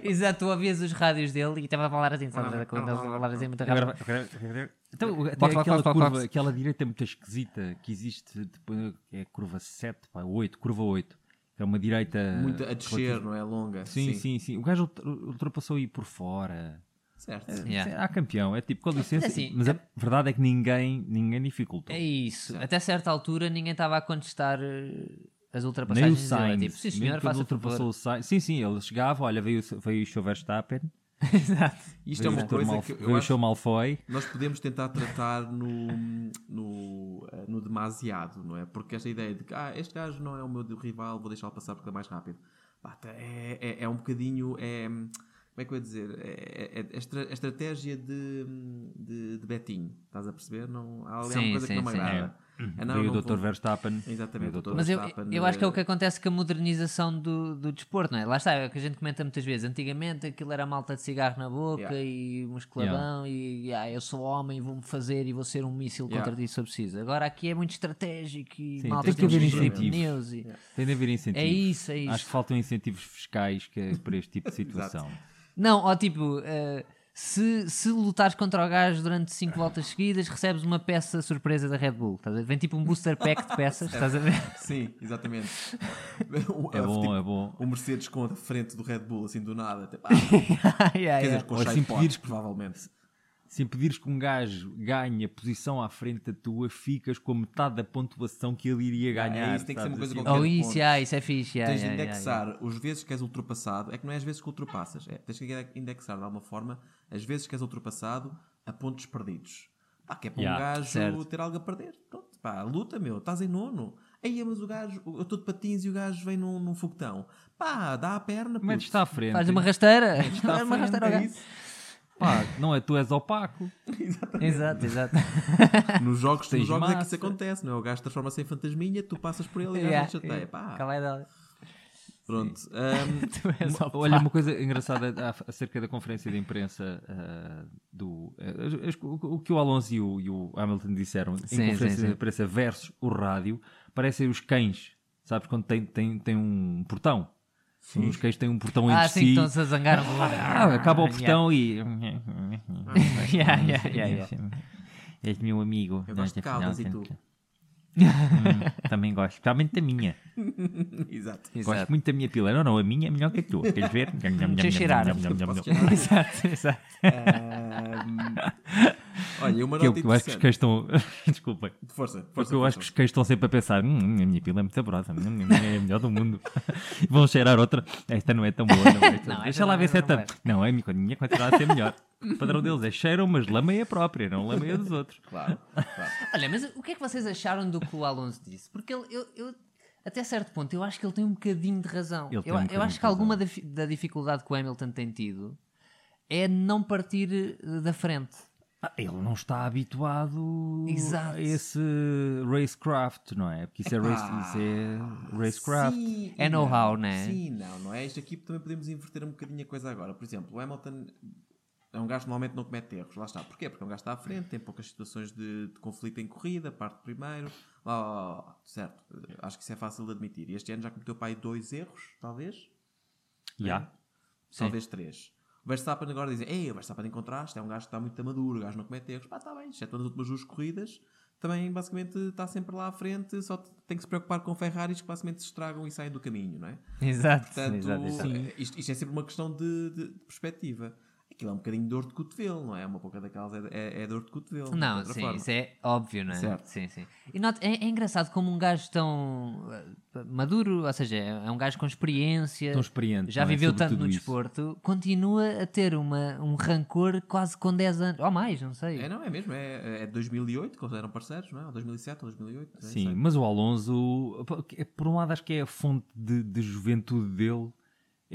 Speaker 2: exato, tu ouvias os rádios dele e estava a falar assim, estás a
Speaker 3: Ah,
Speaker 2: ver? Quando eles a falar assim muito rápido.
Speaker 3: Agora vai- Então, o- até
Speaker 2: Box, box,
Speaker 3: aquela,
Speaker 2: box, box,
Speaker 3: curva,
Speaker 2: box.
Speaker 3: aquela direita é muito esquisita que existe, depois, é curva 7, pá, 8, curva 8. É uma direita.
Speaker 1: Muito a descer, não é? Longa.
Speaker 3: Sim, sim, sim. O gajo ultra- ultrapassou aí por fora.
Speaker 1: Certo.
Speaker 2: Yeah.
Speaker 3: Há campeão, é tipo, com licença.
Speaker 2: assim,
Speaker 3: mas a verdade é que ninguém, ninguém dificultou.
Speaker 2: É isso, até certa altura ninguém estava a contestar eh, as
Speaker 3: Nem o
Speaker 2: ultrapassagens dele. É
Speaker 3: Sainz.
Speaker 2: Tipo, sim
Speaker 3: mesmo
Speaker 2: senhor,
Speaker 3: quando
Speaker 2: faça
Speaker 3: ultrapassou
Speaker 2: favor.
Speaker 3: o Sainz. Sim, sim, ele chegava, olha, veio, veio o show Verstappen,
Speaker 2: Exato.
Speaker 1: Isto é
Speaker 3: veio, o
Speaker 1: uma
Speaker 3: Dr.
Speaker 1: coisa
Speaker 3: Malf-
Speaker 1: que eu
Speaker 3: veio o
Speaker 1: acho
Speaker 3: show
Speaker 1: que
Speaker 3: Malfoy.
Speaker 1: nós podemos tentar tratar no, no, eh, no demasiado, não é? Porque esta ideia de que ah, este gajo não é o meu rival, vou deixá-lo passar porque é mais rápido. Pá, tá- é, é, é um bocadinho. É, hum, como é que eu ia dizer? É, é- é estra- é estratégia de, hum, de, de Betinho. Estás a perceber? Não, há ali
Speaker 2: Sim,
Speaker 1: alguma coisa que
Speaker 2: sim,
Speaker 1: não me
Speaker 2: sim.
Speaker 1: agrada. É, não,
Speaker 3: veio
Speaker 1: não
Speaker 3: o Dr.
Speaker 1: vou-
Speaker 3: Verstappen.
Speaker 1: Exatamente,
Speaker 3: veio o Dr.
Speaker 1: o Dr.
Speaker 2: Mas eu,
Speaker 1: Verstappen,
Speaker 2: eu acho que é o que
Speaker 1: eh,
Speaker 2: acontece com a modernização do, do desporto, não é? Lá está, é o que a gente comenta muitas vezes. Antigamente aquilo era malta de cigarro na boca
Speaker 1: Yeah.
Speaker 2: e musculadão e ah, eu sou homem, vou-me fazer e vou ser um míssil
Speaker 1: Yeah.
Speaker 2: contra ti se eu preciso. Agora aqui é muito estratégico e
Speaker 3: Sim,
Speaker 2: malta
Speaker 3: tem que
Speaker 2: tem
Speaker 3: haver
Speaker 2: uns fake
Speaker 3: incentivos.
Speaker 2: news e-
Speaker 3: Tem de haver incentivos.
Speaker 2: É isso, é isso.
Speaker 3: Acho que faltam incentivos fiscais que- para este tipo de situação.
Speaker 2: Não, ó tipo, eh, se, se lutares contra o gajo durante 5 voltas seguidas, recebes uma peça surpresa da Red Bull. Estás a ver? Vem tipo um booster pack de peças, estás a ver?
Speaker 1: Sim, exatamente. Tipo,
Speaker 3: É bom, é bom.
Speaker 1: O Mercedes com a frente do Red Bull, assim do nada. Até, pá,
Speaker 2: Yeah,
Speaker 1: quer
Speaker 2: yeah.
Speaker 1: dizer, com um
Speaker 3: Ou
Speaker 1: os
Speaker 3: assim pedires
Speaker 1: iPods,
Speaker 3: que-
Speaker 1: provavelmente.
Speaker 3: Se impedires que um gajo ganhe a posição à frente da tua, ficas com a metade da pontuação que ele iria
Speaker 1: Ah, é
Speaker 3: ganhar.
Speaker 1: isso, tem que
Speaker 3: sabes?
Speaker 1: ser uma coisa
Speaker 3: Assim,
Speaker 1: qualquer.
Speaker 2: Oh,
Speaker 1: de
Speaker 2: isso,
Speaker 1: pontos.
Speaker 2: yeah, isso é fixe. yeah,
Speaker 1: tens de
Speaker 2: yeah, yeah,
Speaker 1: indexar os vezes que és ultrapassado. É que não é as vezes que ultrapassas. É, tens que indexar de alguma forma as vezes que és ultrapassado a pontos perdidos. Pá, que é para
Speaker 3: Yeah,
Speaker 1: um gajo
Speaker 2: certo.
Speaker 1: ter algo a perder. Pronto, pá, luta, meu. Estás em nono. Aí, mas o gajo, eu estou de patins e o gajo vem num, num foguetão. Pá, dá a perna.
Speaker 3: Como é que
Speaker 1: puto.
Speaker 3: está à frente?
Speaker 2: Faz uma rasteira.
Speaker 1: Dá
Speaker 2: Faz
Speaker 1: à
Speaker 2: uma
Speaker 1: frente,
Speaker 2: rasteira ao
Speaker 1: é
Speaker 2: gajo.
Speaker 1: isso.
Speaker 3: Pá, não é? Tu és opaco.
Speaker 2: Exato, exato.
Speaker 1: Nos jogos,
Speaker 3: Tens
Speaker 1: nos jogos é que isso
Speaker 3: massa.
Speaker 1: acontece, não é? O gajo transforma-se em fantasminha, tu passas por ele e o gajo
Speaker 2: Yeah.
Speaker 1: não te chateia. Pá,
Speaker 2: Qual é a dela?
Speaker 1: Pronto. ahm,
Speaker 2: Tu és
Speaker 3: Uma-
Speaker 2: opa.
Speaker 3: Olha, uma coisa engraçada a- acerca da conferência de imprensa ah, do. ah, as- as- o o que o Alonso e o, e o Hamilton disseram
Speaker 2: Sim,
Speaker 3: em conferência
Speaker 2: sim, sim.
Speaker 3: de imprensa versus o rádio parecem os cães, sabes? Quando tem, tem, tem um portão. Os cães têm um portão
Speaker 2: Ah,
Speaker 3: entre
Speaker 2: sim,
Speaker 3: si.
Speaker 2: estão-se a zangar. um
Speaker 3: Ah, acaba o portão
Speaker 2: Yeah, yeah, yeah, yeah, yeah.
Speaker 3: e. És meu amigo. é
Speaker 1: Eu gosto de caldas e tu.
Speaker 3: também gosto, especialmente da minha.
Speaker 1: Exato.
Speaker 2: Exato.
Speaker 3: Gosto muito da minha pila. Não, não, a minha é melhor que a tua. Queres ver?
Speaker 2: Deixa eu cheirar.
Speaker 1: Posso
Speaker 2: Exato, exato.
Speaker 1: Ahm, olha, uma
Speaker 3: Que eu,
Speaker 1: nota
Speaker 3: que eu acho que os
Speaker 1: interessante.
Speaker 3: cães estão. Desculpem.
Speaker 1: Força,
Speaker 3: Porque
Speaker 1: força.
Speaker 3: eu acho que os cães estão sempre a pensar: hum, a minha pila é muito saborosa, hum, é a melhor do mundo. Vão cheirar outra. Esta não é tão boa. Não é
Speaker 2: Não, esta
Speaker 3: Deixa lá
Speaker 2: não-
Speaker 3: ver se é
Speaker 2: não
Speaker 3: tão.
Speaker 2: vai.
Speaker 3: Não, é a minha, a minha continuará a ser melhor. O padrão deles é cheiram, mas lamem a própria, não lamem a dos outros.
Speaker 1: Claro, claro.
Speaker 2: Olha, mas o que é que vocês acharam do que o Alonso disse? Porque ele, eu, eu- até certo ponto, eu acho que ele tem um bocadinho de razão.
Speaker 3: Ele
Speaker 2: Eu,
Speaker 3: tem um
Speaker 2: eu
Speaker 3: bocadinho
Speaker 2: acho
Speaker 3: de
Speaker 2: que alguma da, fi- da dificuldade que o Hamilton tem tido é não partir eh, da frente.
Speaker 3: Ah, Ele não está habituado
Speaker 2: Exato.
Speaker 3: a esse racecraft, não é? Porque isso é, race,
Speaker 1: Epá.
Speaker 3: isso
Speaker 2: Ah,
Speaker 3: é racecraft.
Speaker 1: Ah, Sim,
Speaker 2: É
Speaker 1: não.
Speaker 2: know-how, né?
Speaker 1: Sim, não, não é? Isto aqui também podemos inverter um bocadinho a coisa agora. Por exemplo, o Hamilton é um gajo que normalmente não comete erros. Lá está. Porquê? Porque é um gajo que está à frente, tem poucas situações de, de conflito em corrida, parte primeiro. Lá, lá, lá, lá. Certo. Acho que isso é fácil de admitir. E Este ano já cometeu para aí dois erros, talvez.
Speaker 3: Já.
Speaker 1: Talvez três. O Verstappen agora dizem, ei, o Verstappen em contraste, é um gajo que está muito maduro, o gajo não comete erros. Pá, está bem, exceto nas últimas duas corridas, também basicamente está sempre lá à frente, só t- tem que se preocupar com Ferraris que basicamente se estragam e saem do caminho, não é?
Speaker 2: Exato.
Speaker 1: Portanto,
Speaker 2: exato, exato.
Speaker 1: Isto, isto é sempre uma questão de, de- de perspectiva. Aquilo é um bocadinho de dor de cotovelo, não é? Uma pouca daquelas é, é, é dor de cotovelo. não tem
Speaker 2: Não,
Speaker 1: outra
Speaker 2: sim,
Speaker 1: forma.
Speaker 2: isso é óbvio, não é?
Speaker 1: Certo.
Speaker 2: Sim, sim. E not- é, é engraçado como um gajo tão eh, maduro, ou seja, é é um gajo com experiência,
Speaker 3: Tão experiente,
Speaker 2: já
Speaker 3: não é?
Speaker 2: viveu tanto
Speaker 3: Sobretudo
Speaker 2: no
Speaker 3: isso.
Speaker 2: desporto, continua a ter uma, um rancor quase com 10 anos, ou mais, não sei.
Speaker 1: É, não, é mesmo, é, é 2008 que eles eram parceiros, não é? Ou 2007 ou 2008. nem
Speaker 3: Sim,
Speaker 1: é? sei.
Speaker 3: mas o Alonso, pá, que- por um lado, acho que é a fonte de, de juventude dele,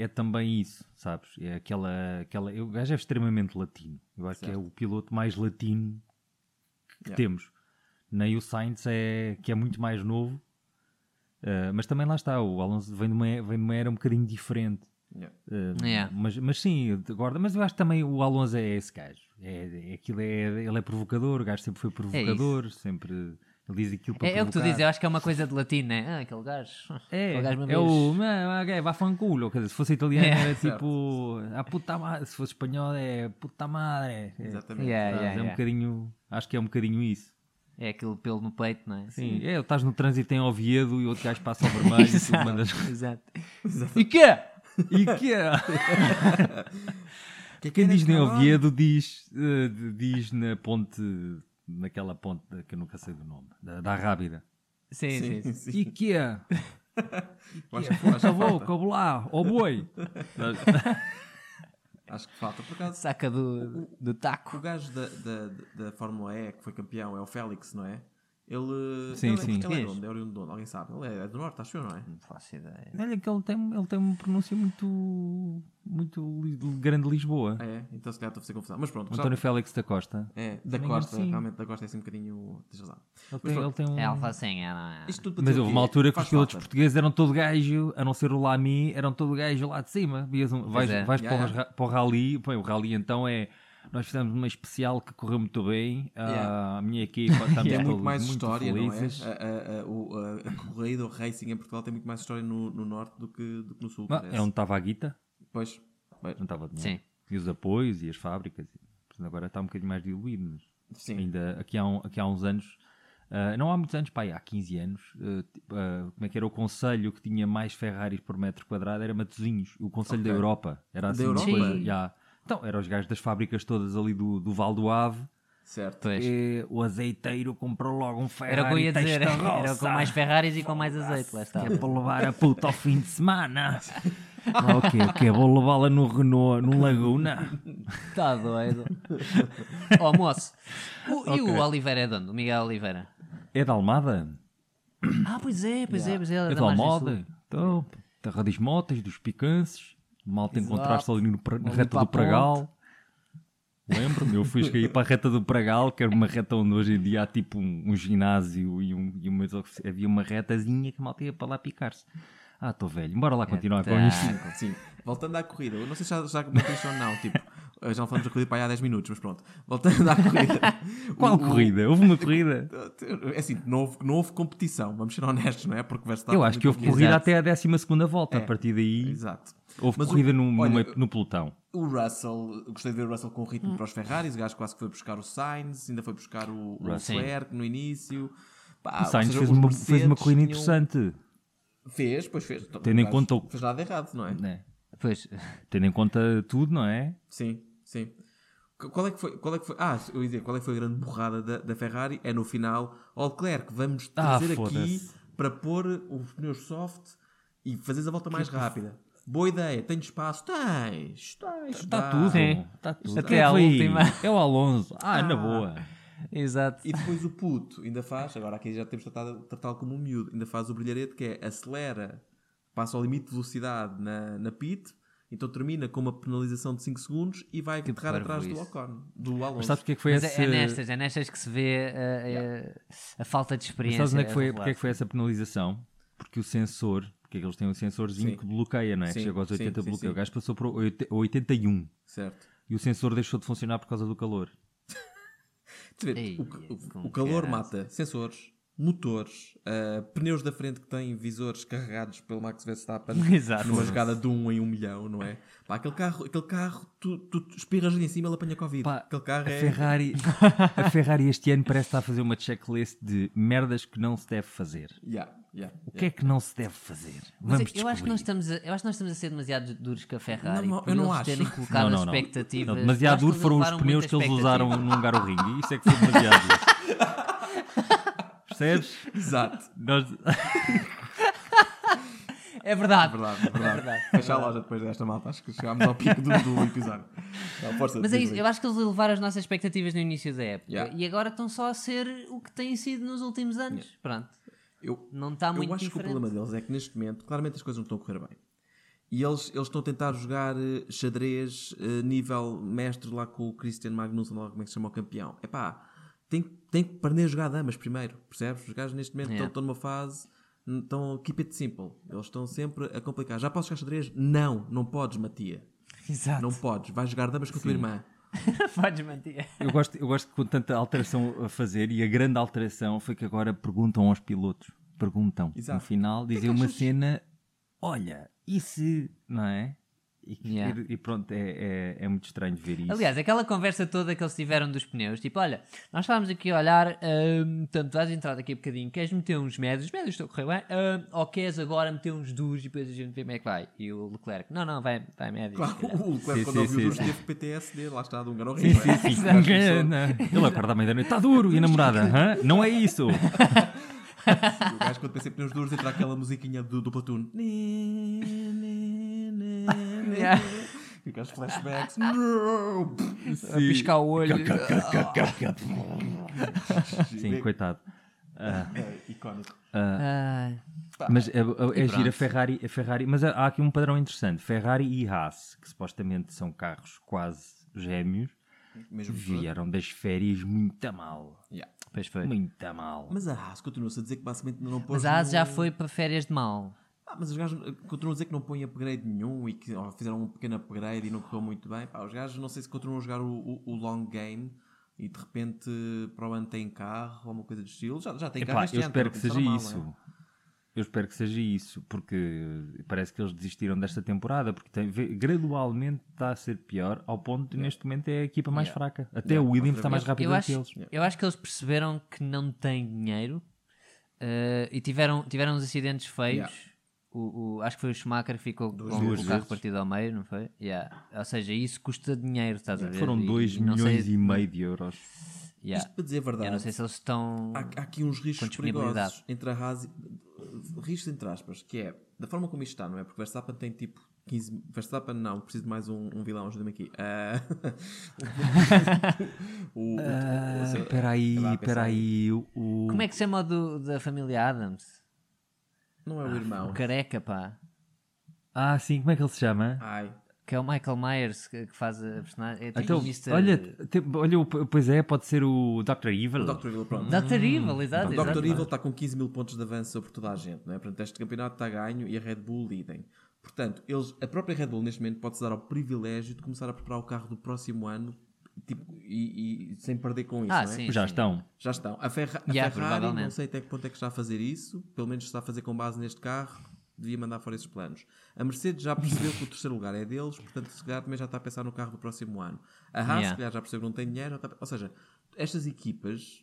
Speaker 3: é também isso, sabes? É aquela. aquela o gajo é extremamente latino. Eu acho que é
Speaker 1: Certo.
Speaker 3: o piloto mais latino que
Speaker 1: Yeah.
Speaker 3: temos. Nem o Sainz, é, que é muito mais novo, ah, mas também lá está. O Alonso vem de uma, e- vem de uma era um bocadinho diferente.
Speaker 1: Yeah.
Speaker 3: Ah,
Speaker 2: Yeah.
Speaker 3: mas, mas sim, eu guardo- mas eu acho que também o Alonso é esse gajo. É, é aquilo é, ele é provocador, o gajo sempre foi provocador, sempre ele diz aquilo para
Speaker 2: É, é o que tu
Speaker 3: provocar.
Speaker 2: dizes, eu acho que é uma coisa de latino, né? Ah, aquele gajo.
Speaker 3: É,
Speaker 2: aquele gajo mesmo
Speaker 3: é o "Ah, ok, vá fanculo, quer dizer, se fosse italiano
Speaker 2: É,
Speaker 3: era
Speaker 1: certo.
Speaker 3: tipo a puta madre, se fosse espanhol é puta madre. É,
Speaker 1: Exatamente.
Speaker 2: Yeah.
Speaker 3: sabes, é um
Speaker 2: yeah.
Speaker 3: bocadinho, acho que é um bocadinho isso.
Speaker 2: É aquele pelo no peito, não é?
Speaker 3: Sim, é, estás no trânsito em Oviedo e outro gajo passa ao vermelho e tu mandas.
Speaker 2: Exato. E quê?
Speaker 3: E é que é?
Speaker 1: Que
Speaker 3: Quem
Speaker 1: era
Speaker 3: diz em
Speaker 1: aquela hora?
Speaker 3: Oviedo diz, eh, diz na ponte, naquela ponte da- que eu nunca sei do nome, da, da Rábida.
Speaker 2: Sim, sim. sim.
Speaker 1: sim.
Speaker 3: E que é?
Speaker 1: Eu Acho, que- acho que
Speaker 3: Acabou,
Speaker 1: falta.
Speaker 3: acabou lá, ó boi.
Speaker 1: Acho que falta. Por acaso,
Speaker 2: Saca do, do
Speaker 1: o
Speaker 2: taco.
Speaker 1: gajo da, da, da Fórmula E que foi campeão é o Félix, não é? Ele,
Speaker 3: Sim,
Speaker 1: ele,
Speaker 3: sim.
Speaker 1: É, ele é
Speaker 2: Sim.
Speaker 1: de onde? É oriundo de onde? Alguém sabe? Ele é, é do Norte, acho eu, não é?
Speaker 2: Não faço ideia.
Speaker 3: Olha é que ele tem, ele tem uma pronúncia muito, muito li- grande Lisboa.
Speaker 1: Ah, é? Então se calhar estou a fazer confusão. Mas pronto, já-
Speaker 3: António Félix da Costa.
Speaker 1: é, da
Speaker 3: Também é
Speaker 1: Costa,
Speaker 3: assim.
Speaker 1: realmente da Costa é assim um bocadinho. Tens razão.
Speaker 3: Ele tem, ele tem um...
Speaker 2: É alfacinha, não é?
Speaker 1: Isto tudo para
Speaker 3: Mas
Speaker 1: dizer o
Speaker 3: houve
Speaker 1: quê?
Speaker 3: uma altura que
Speaker 1: Faz
Speaker 3: os pilotos
Speaker 1: falta.
Speaker 3: portugueses eram todo gajo, a não ser o Lamy, eram todo gajo lá de cima. Vias um- vais
Speaker 2: é.
Speaker 3: vais
Speaker 1: Yeah,
Speaker 3: para, o
Speaker 1: yeah.
Speaker 3: ra- para o rally, bem, o rally então é... Nós fizemos uma especial que correu muito bem. Ah,
Speaker 1: Yeah.
Speaker 3: A minha equipa está
Speaker 1: Tem é muito mais
Speaker 3: muito
Speaker 1: história,
Speaker 3: felizes.
Speaker 1: não é? A, a, a, o- a, a corrida, o racing em Portugal tem muito mais história no, no Norte do que, do que no Sul.
Speaker 3: Não,
Speaker 1: parece.
Speaker 3: é onde estava a guita,
Speaker 1: Pois. Bem,
Speaker 3: não estava dinheiro.
Speaker 2: Sim.
Speaker 3: E os apoios e as fábricas. Portanto, Agora está um bocadinho mais diluído, mas...
Speaker 1: Sim.
Speaker 3: ainda aqui há, um- aqui há uns anos, ah, não há muitos anos, pá, há 15 anos, ah, tipo, ah, como é que era o conselho que tinha mais Ferraris por metro quadrado? Era Matosinhos, o conselho da
Speaker 1: Ok.
Speaker 3: Europa. Era
Speaker 1: Da
Speaker 3: assim
Speaker 1: Europa?
Speaker 3: uma coisa.
Speaker 2: Sim.
Speaker 3: já. Então, eram os gajos das fábricas todas ali do, do Val do Ave.
Speaker 1: Certo.
Speaker 2: Pois.
Speaker 3: E o azeiteiro comprou logo um é Ferrari.
Speaker 2: Era o que eu ia dizer.
Speaker 3: testa-roça,
Speaker 2: Era com mais Ferraris e com mais azeite, lá está.
Speaker 3: Que é para levar a puta ao fim de semana. Ah, o quê? O quê? Vou levá-la no Renault, no Laguna.
Speaker 2: Está Tá doido. Ó, moço. O- E o Oliveira é de onde? O Miguel Oliveira.
Speaker 3: É da Almada?
Speaker 2: Ah, pois é, pois é, pois é. ele
Speaker 3: É
Speaker 2: é
Speaker 3: da
Speaker 2: margem
Speaker 3: Almada,
Speaker 2: sul.
Speaker 3: então, terra das motas, dos picances, malta
Speaker 2: Exato.
Speaker 3: encontrar-se ali no, pra- na
Speaker 2: Ali
Speaker 3: reta
Speaker 2: para a
Speaker 3: do Pragal. Lembro-me, eu fui cheguei para a reta do Pragal, que era uma reta onde hoje em dia há tipo um, um ginásio e, um, e umas ofici- havia uma retazinha que a malta ia para lá picar-se. Ah, estou velho. Bora lá continuar é com
Speaker 2: tá.
Speaker 3: isto.
Speaker 1: Sim, voltando à corrida, eu não sei se já, já comentei isto ou não, tipo, eh, já não falamos da corrida para aí há 10 minutos, mas pronto, voltando à corrida.
Speaker 3: Qual
Speaker 1: O- o-
Speaker 3: corrida? Houve uma corrida?
Speaker 1: É assim, não houve, não houve competição, vamos ser honestos, não é? Porque o Verstappen
Speaker 3: Eu acho que houve
Speaker 1: nunca-
Speaker 3: corrida
Speaker 2: Exato. É.
Speaker 3: até a 12 segunda volta. A partir daí
Speaker 1: Exato.
Speaker 3: houve
Speaker 1: Mas o-
Speaker 3: corrida no,
Speaker 1: olha,
Speaker 3: numa- no pelotão.
Speaker 1: O Russell, eu gostei de ver o Russell com ritmo para os Ferraris, o gajo quase que foi buscar o Sainz, ainda foi buscar o, o
Speaker 2: Russell.
Speaker 1: Leclerc no início. Pá,
Speaker 2: ah,
Speaker 3: O Sainz
Speaker 1: ou seja,
Speaker 3: fez
Speaker 1: os
Speaker 3: uma,
Speaker 1: Mercedes
Speaker 3: fez uma corrida
Speaker 1: tinham-
Speaker 3: interessante.
Speaker 1: Fez, pois fez.
Speaker 3: Tendo em
Speaker 1: Aliás,
Speaker 3: conta o-
Speaker 1: Fez nada errado, não é?
Speaker 3: né?
Speaker 2: Pois,
Speaker 3: Tendo em conta tudo, não é?
Speaker 1: Sim, sim. Qu- Qual é que foi? Qual é que foi? Ah, eu ia dizer, qual é que foi a grande borrada da, da Ferrari? É no final, ó Leclerc, vamos
Speaker 3: Ah,
Speaker 1: trazer aqui
Speaker 3: foda-se.
Speaker 1: para pôr os pneus soft e fazeres a volta mais rápida. Boa ideia, tens espaço? Tens, tens.
Speaker 3: Está
Speaker 1: dá.
Speaker 3: Tá tudo.
Speaker 2: Sim.
Speaker 3: Está tudo.
Speaker 2: Até
Speaker 3: Quem é
Speaker 2: à
Speaker 3: que foi?
Speaker 2: última.
Speaker 3: É o Alonso. Ah, na boa.
Speaker 2: exato.
Speaker 1: E depois o puto ainda faz, agora aqui já temos tratado, tratá-lo como um miúdo, ainda faz o brilharete que é acelera, passa ao limite de velocidade na, na pit, então termina com uma penalização de 5 segundos e vai
Speaker 2: Que
Speaker 1: aterrar
Speaker 2: parvo
Speaker 1: atrás do
Speaker 2: isso.
Speaker 1: Ocon, do Alonso.
Speaker 3: Mas sabes porque é que foi
Speaker 2: Mas
Speaker 3: essa...
Speaker 2: é, é nestas, é nestas que se vê uh, uh, a, falta de
Speaker 3: Mas
Speaker 2: experiência.
Speaker 3: sabes onde é que foi,
Speaker 2: revelada.
Speaker 3: porque é que foi essa penalização? Porque o sensor, porque é que eles têm um sensorzinho
Speaker 1: Sim.
Speaker 3: que bloqueia, não é?
Speaker 1: Sim,
Speaker 3: Chega aos
Speaker 1: sim,
Speaker 3: 80
Speaker 1: sim,
Speaker 3: bloqueia.
Speaker 1: sim.
Speaker 3: O gajo passou para o oit- 81
Speaker 1: Certo.
Speaker 3: e o sensor deixou de funcionar por causa do calor.
Speaker 1: Tu vê,
Speaker 2: Ei,
Speaker 1: o, ca- o-
Speaker 2: com
Speaker 1: o calor
Speaker 2: caraças.
Speaker 1: mata sensores, motores, ah, pneus da frente que têm visores carregados pelo Max Verstappen
Speaker 2: Exato.
Speaker 1: numa jogada de um em um milhão, não é? Pá, aquele carro, aquele carro tu, tu espirras ali em cima ele apanha Covid.
Speaker 3: Pá,
Speaker 1: aquele carro
Speaker 3: a
Speaker 1: é...
Speaker 3: Ferrari, a Ferrari este ano parece estar a fazer uma checklist de merdas que não se deve fazer.
Speaker 1: Yeah, yeah,
Speaker 3: O que é que não se deve fazer?
Speaker 2: Mas
Speaker 3: Vamos
Speaker 2: eu, acho que
Speaker 3: descobrir.
Speaker 2: nós estamos a, eu acho que nós estamos a ser demasiado duros com a Ferrari.
Speaker 1: Não, não,
Speaker 2: por
Speaker 1: eu não
Speaker 2: eles
Speaker 1: acho.
Speaker 2: terem colocado expectativas.
Speaker 3: Não,
Speaker 2: Eu
Speaker 3: demasiado
Speaker 2: acho que
Speaker 3: duro
Speaker 2: eles
Speaker 3: foram os
Speaker 2: levaram
Speaker 3: pneus
Speaker 2: muita
Speaker 3: que eles
Speaker 2: expectativa.
Speaker 3: usaram no Hungaro Ring. Isso é que foi demasiado duro. Percebes?
Speaker 1: exato.
Speaker 3: Nós...
Speaker 2: É verdade.
Speaker 1: Verdade, verdade. Fechar a loja depois desta malta. Acho que chegámos ao pico do, do episódio. Não, força,
Speaker 2: Mas é
Speaker 1: diz
Speaker 2: isso,
Speaker 1: aí.
Speaker 2: eu acho que eles elevaram as nossas expectativas no início da época
Speaker 1: Yeah.
Speaker 2: e agora estão só a ser o que têm sido nos últimos anos. Pronto,
Speaker 1: Eu-
Speaker 2: não está muito
Speaker 1: eu acho que o
Speaker 2: diferente.
Speaker 1: problema deles é que neste momento, claramente as coisas não estão a correr bem. E eles, eles estão a tentar jogar eh, xadrez eh, nível mestre lá com o Christian Magnussen, lá como é que se chama o campeão. É pá, tem, tem que aprender a jogar damas primeiro, percebes? Os gajos neste momento estão-
Speaker 2: Yeah.
Speaker 1: estão numa fase, n- estão keep it simple. Eles estão sempre a complicar. Já podes jogar xadrez? Não, não podes, Matia.
Speaker 2: Exato.
Speaker 1: Não podes. Vais jogar damas com a tua irmã.
Speaker 2: Podes manter.
Speaker 3: Eu gosto, eu gosto que com tanta alteração a fazer e a grande alteração foi que agora perguntam aos pilotos. Perguntam. No
Speaker 1: Exato.
Speaker 3: final
Speaker 2: é
Speaker 3: dizem uma cena, olha, e se... Não é? E,
Speaker 2: Yeah.
Speaker 3: e- e pronto, é, é, é muito estranho ver isso.
Speaker 2: Aliás, aquela conversa toda que eles tiveram dos pneus, tipo, olha, nós estávamos aqui a olhar, hum, portanto, vais entrar daqui a bocadinho, queres meter uns médios, os médios estão a correr bem, hum, ou queres agora meter uns duros e depois a gente vê como é que vai? E o Leclerc, não, não, vai, vai médios.
Speaker 1: Claro,
Speaker 2: se calhar."
Speaker 1: o Leclerc
Speaker 3: Sim,
Speaker 1: quando
Speaker 3: sim,
Speaker 1: ouviu
Speaker 3: sim.
Speaker 1: duro teve PTSD, lá está, de um grão
Speaker 3: Sim, sim, sim. Ele acorda à meia-noite, está duro, e a namorada? hã? Não é isso.
Speaker 1: O gajo quando pensei pneus duros entra aquela musiquinha do, do Platoon. Né, né, né, né.
Speaker 2: Yeah.
Speaker 1: E com os flashbacks. Não.
Speaker 2: A piscar o olho.
Speaker 3: Sim, coitado.
Speaker 1: É, Icónico.
Speaker 2: Ai.
Speaker 3: Mas é, é, é gira a Ferrari, a Ferrari. Mas há aqui um padrão interessante: Ferrari e Haas, que supostamente são carros quase gêmeos,
Speaker 1: Mesmo motor.
Speaker 3: vieram das férias muito mal.
Speaker 1: Yeah.
Speaker 2: Pois foi.
Speaker 3: Muito mal.
Speaker 1: Mas a Haas continua-se a dizer que basicamente ainda não pôs.
Speaker 2: Mas a Haas
Speaker 1: no-
Speaker 2: já foi para férias de mal.
Speaker 1: Ah, mas os gajos eh, continuam a dizer que não põem upgrade nenhum e que ó, fizeram um pequeno upgrade e não correu muito bem. Pá, os gajos não sei se continuam a jogar o, o- o long game e de repente eh, para o ano têm carro ou alguma coisa do estilo. Já, já tem carro
Speaker 3: Epá,
Speaker 1: este
Speaker 3: eu
Speaker 1: ano,
Speaker 3: espero que
Speaker 1: também
Speaker 3: seja
Speaker 1: começaram mal,
Speaker 3: isso.
Speaker 1: não é?
Speaker 3: Eu espero que seja isso, porque parece que eles desistiram desta temporada, porque tem- vê- gradualmente está a ser pior, ao ponto de neste momento é a equipa mais fraca. Até o Williams está mais rápido
Speaker 2: Eu
Speaker 3: do
Speaker 2: acho,
Speaker 3: que eles.
Speaker 2: eu acho que eles perceberam que não têm dinheiro eh, e tiveram, tiveram uns acidentes feios.
Speaker 1: Yeah.
Speaker 2: O, o- acho que foi o Schumacher que ficou
Speaker 1: Duas
Speaker 2: com
Speaker 3: vezes.
Speaker 2: o carro
Speaker 3: Duas
Speaker 2: partido ao meio, não foi? Yeah. Ou seja, isso custa dinheiro, estás a ver?
Speaker 3: Foram
Speaker 2: E-
Speaker 3: 2
Speaker 2: e não
Speaker 3: milhões
Speaker 2: sei-
Speaker 3: e meio de euros.
Speaker 2: Yeah.
Speaker 1: Isto para dizer a
Speaker 2: Eu não
Speaker 1: verdade,
Speaker 2: sei se eles estão.
Speaker 1: há, há aqui uns riscos
Speaker 2: Com disponibilidade.
Speaker 1: perigosos entre a Haas e, riscos entre aspas, que é da forma como isto está, não é? Porque Verstappen tem tipo 15. Verstappen não, preciso de mais um, um vilão, ajuda-me aqui. Ah, o, o- o- sei lá,
Speaker 3: Ah, Espera aí,
Speaker 1: estava a
Speaker 3: espera
Speaker 1: pensar em-
Speaker 3: aí. o- o-
Speaker 2: Como é que se chama o do- da família Adams?
Speaker 1: Não é o irmão.
Speaker 2: Ah, O careca, pá.
Speaker 3: Ah, sim, como é que ele se chama?
Speaker 1: Ai,
Speaker 2: que é o Michael Myers que que faz a personagem. É tipo
Speaker 3: Então,
Speaker 2: o Mr.
Speaker 3: olha, te- olha, o- pois é, pode ser o Dr. Evil.
Speaker 1: Dr. Evil, pronto.
Speaker 2: Dr. Evil, exato.
Speaker 1: O
Speaker 2: exato.
Speaker 1: Dr. Evil está com 15 mil pontos de avanço sobre toda a gente, não é? Portanto, este campeonato está ganho e a Red Bull lidem. Portanto, eles, a própria Red Bull neste momento pode-se dar ao privilégio de começar a preparar o carro do próximo ano tipo, e, e sem perder com isso,
Speaker 2: Ah,
Speaker 1: não é?
Speaker 2: sim.
Speaker 3: Já estão.
Speaker 1: Já estão. A, Ferra- a
Speaker 2: Yeah,
Speaker 1: Ferrari, não
Speaker 2: provavelmente.
Speaker 1: sei até que ponto é que está a fazer isso, pelo menos está a fazer com base neste carro, devia mandar fora esses planos. A Mercedes já percebeu que o terceiro lugar é deles, portanto, se calhar também já está a pensar no carro do próximo ano. A Haas,
Speaker 2: Yeah.
Speaker 1: se calhar já percebeu que não tem dinheiro. não está- Ou seja, estas equipas,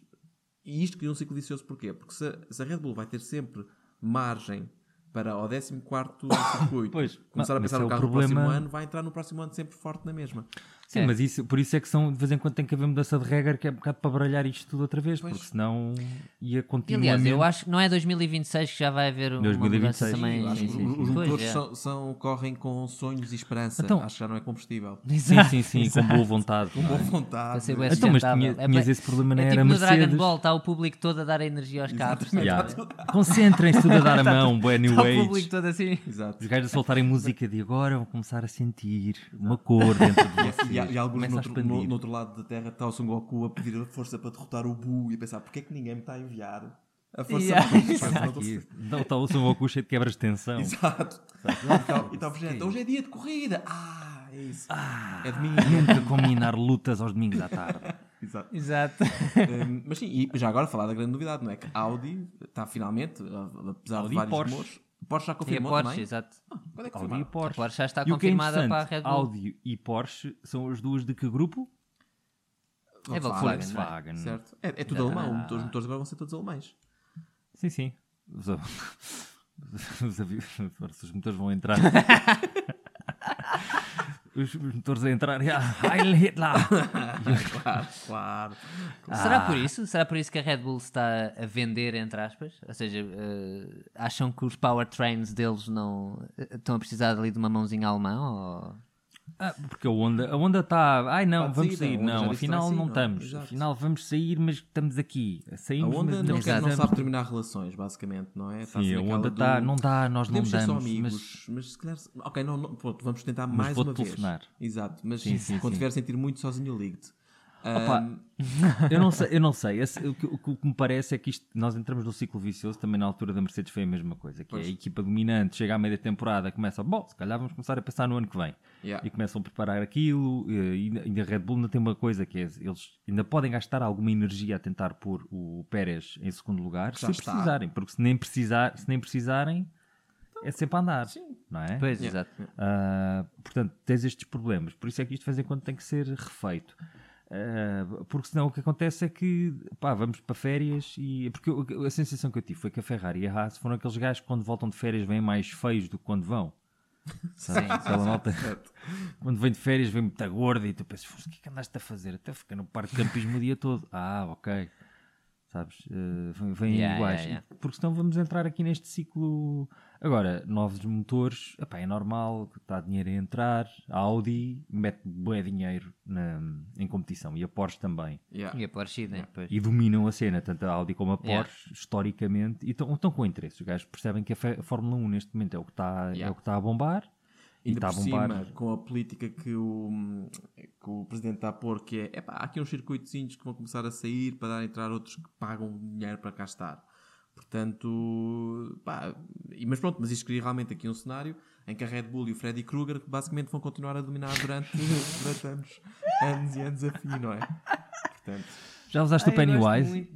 Speaker 1: e isto cria um ciclo vicioso porquê? Porque se, se a Red Bull vai ter sempre margem para o 14 circuito
Speaker 3: Pois,
Speaker 1: começar a
Speaker 3: mas
Speaker 1: pensar
Speaker 3: é
Speaker 1: no
Speaker 3: o
Speaker 1: carro do
Speaker 3: problema-
Speaker 1: próximo ano, vai entrar no próximo ano sempre forte na mesma.
Speaker 3: Sim,
Speaker 2: É.
Speaker 3: mas isso, por isso é que são, de vez em quando tem que haver mudança de regra, que é um bocado para baralhar isto tudo outra vez, porque senão ia
Speaker 2: E,
Speaker 3: continuar.
Speaker 2: Aliás, eu acho que não é 2026 que já vai haver uma
Speaker 3: 2026,
Speaker 2: mudança também.
Speaker 3: eu
Speaker 1: Acho
Speaker 2: sim,
Speaker 1: que
Speaker 2: sim,
Speaker 1: os-
Speaker 2: sim.
Speaker 1: os
Speaker 2: Pois,
Speaker 1: motores
Speaker 2: é.
Speaker 1: são, são- correm com sonhos e esperança.
Speaker 3: Então-
Speaker 1: Acho que já não é combustível.
Speaker 3: Sim,
Speaker 2: Exato,
Speaker 3: sim, sim,
Speaker 2: exato.
Speaker 3: com boa vontade. não é?
Speaker 1: Boa vontade.
Speaker 2: Para ser bué
Speaker 3: Então, mas
Speaker 2: sustentável.
Speaker 3: tinha- tinhas
Speaker 2: bué-
Speaker 3: esse problema na
Speaker 2: é
Speaker 3: era
Speaker 2: tipo no Dragon
Speaker 3: Mercedes.
Speaker 2: Ball, está o público todo a dar energia aos carros.
Speaker 3: Yeah. Concentrem-se tudo a dar a mão, boa New
Speaker 2: Está o público
Speaker 3: Age.
Speaker 2: todo assim.
Speaker 1: Exato.
Speaker 3: Os gajos a soltarem música de agora vão começar a sentir uma cor dentro de vocês.
Speaker 1: E, há- e há alguns
Speaker 3: Começa
Speaker 1: no
Speaker 3: a
Speaker 1: outro,
Speaker 3: expandir.
Speaker 1: no- no outro lado da Terra está o Son Goku a pedir a força para derrotar o Buu e a pensar porque é que ninguém me está a enviar a força
Speaker 2: Yeah.
Speaker 1: para derrotar
Speaker 3: Está
Speaker 1: o Buu?"
Speaker 3: aqui. Não, está o São Goku cheio de quebras de tensão.
Speaker 1: Exato. E tal- E estava gente, hoje é dia de corrida. Ah, é isso. É de mim.
Speaker 3: Nunca combinar lutas aos domingos à tarde.
Speaker 1: Exato.
Speaker 2: Exato.
Speaker 1: Hum, mas sim, e já agora falar da grande novidade, não é? Que a Audi está finalmente, a- apesar
Speaker 3: Audi
Speaker 1: de
Speaker 3: e
Speaker 1: vários
Speaker 3: Porsche.
Speaker 1: rumores, Porsche já
Speaker 2: E a
Speaker 1: confirmou
Speaker 2: Porsche,
Speaker 1: também.
Speaker 2: exato.
Speaker 1: Quando é que
Speaker 3: Audi e
Speaker 1: confirmaram?
Speaker 2: A
Speaker 3: Ah, Porsche.
Speaker 2: Porsche já está
Speaker 3: E o que é
Speaker 2: confirmada para a
Speaker 3: interessante,
Speaker 2: Red Bull.
Speaker 3: Audi e Porsche são as duas de que grupo?
Speaker 2: É Volkswagen.
Speaker 1: Volkswagen.
Speaker 3: Volkswagen.
Speaker 1: Certo. É, é tudo alemão. Os motores agora vão ser todos alemães.
Speaker 3: Sim, sim. Os, av- os, avi- os motores vão entrar. os, os motores a entrar. e, ah, Heil Hitler!
Speaker 1: claro, claro.
Speaker 3: Ah.
Speaker 2: Será por isso? Será por isso que a Red Bull se está a vender, entre aspas? Ou seja, eh, acham que os powertrains deles não eh, estão a precisar ali de uma mãozinha alemã? Ou...
Speaker 3: Ah, porque a onda a onda está. Ai não,
Speaker 1: Pode
Speaker 3: vamos
Speaker 1: sair, a
Speaker 3: sair.
Speaker 1: Honda já disse
Speaker 3: Não,
Speaker 1: que também
Speaker 3: afinal não
Speaker 1: sim, não é?
Speaker 3: estamos.
Speaker 1: Exato.
Speaker 3: Afinal vamos sair, mas estamos aqui.
Speaker 1: A
Speaker 3: Saímos,
Speaker 1: Honda
Speaker 3: mas
Speaker 1: não,
Speaker 3: não
Speaker 1: quer,
Speaker 3: estamos.
Speaker 1: não sabe terminar relações, basicamente, não é? Está-se
Speaker 3: Sim, a
Speaker 1: naquela
Speaker 3: onda
Speaker 1: do-
Speaker 3: está. Não dá, nós não
Speaker 1: Podemos ser só
Speaker 3: damos. mas-
Speaker 1: amigos, mas... se calhar. Ok, não, não, pronto, vamos tentar mais
Speaker 3: vou-te
Speaker 1: uma vez.
Speaker 3: telefonar.
Speaker 1: Exato, mas
Speaker 3: sim,
Speaker 1: quando
Speaker 3: sim.
Speaker 1: tiver a sentir muito sozinho, eu ligo-te.
Speaker 3: Opa,
Speaker 1: Hum.
Speaker 3: eu não sei, eu não sei. Esse- o, que, o que- o que me parece é que isto- nós entramos num ciclo vicioso, também na altura da Mercedes foi a mesma coisa, que é a equipa dominante chega à meia temporada, começa, bom, se calhar vamos começar a pensar no ano que vem.
Speaker 1: Yeah.
Speaker 3: E começam a preparar aquilo, e ainda- ainda a Red Bull ainda tem uma coisa que é, eles ainda podem gastar alguma energia a tentar pôr o Pérez em segundo lugar,
Speaker 1: Já
Speaker 3: se
Speaker 1: está.
Speaker 3: precisarem, porque se nem, precisar, se nem precisarem, é sempre a andar, não é?
Speaker 2: Pois,
Speaker 1: Yeah.
Speaker 2: exato.
Speaker 3: Ah, portanto, tens estes problemas. Por isso é que isto de vez em quando tem que ser refeito. Ah, porque senão o que acontece é que pá, vamos para férias e. Porque eu- a sensação que eu tive foi que a Ferrari e a Haas foram aqueles gajos que quando voltam de férias vêm mais feios do que quando vão. Sabe? Aquela malta. Quando vem de férias vem muito gorda e tu pensas, "Fogo, o que é que andaste a fazer? Até ficar no parque de campismo o dia todo. Ah, ok. Sabes? Eh, vem- vêm
Speaker 2: Yeah,
Speaker 3: iguais.
Speaker 2: yeah, yeah.
Speaker 3: Porque senão vamos entrar aqui neste ciclo. Agora, novos motores, epá, é normal, está dinheiro a entrar. A Audi mete bué dinheiro na- em competição e a Porsche também.
Speaker 1: Yeah.
Speaker 2: E a Porsche, né? Pois.
Speaker 3: E dominam a cena, tanto a Audi como a Porsche,
Speaker 2: Yeah.
Speaker 3: historicamente, e estão estão com interesse. Os gajos percebem que a, Fe- a Fórmula 1 neste momento é o que está é
Speaker 1: Yeah.
Speaker 3: o que está a bombar. E
Speaker 1: Ainda
Speaker 3: está a
Speaker 1: por
Speaker 3: bombar.
Speaker 1: cima, com a política que o, que o Presidente está a pôr, que é, epá, há aqui uns circuitozinhos que vão começar a sair para dar a entrar outros que pagam dinheiro para cá estar. Portanto, pá, e- mas pronto, mas isto cria realmente aqui um cenário em que a Red Bull e o Freddy Krueger basicamente vão continuar a dominar durante, durante anos, anos e anos a fim, não é? Portanto,
Speaker 3: Já
Speaker 2: Ah,
Speaker 3: usaste o Pennywise?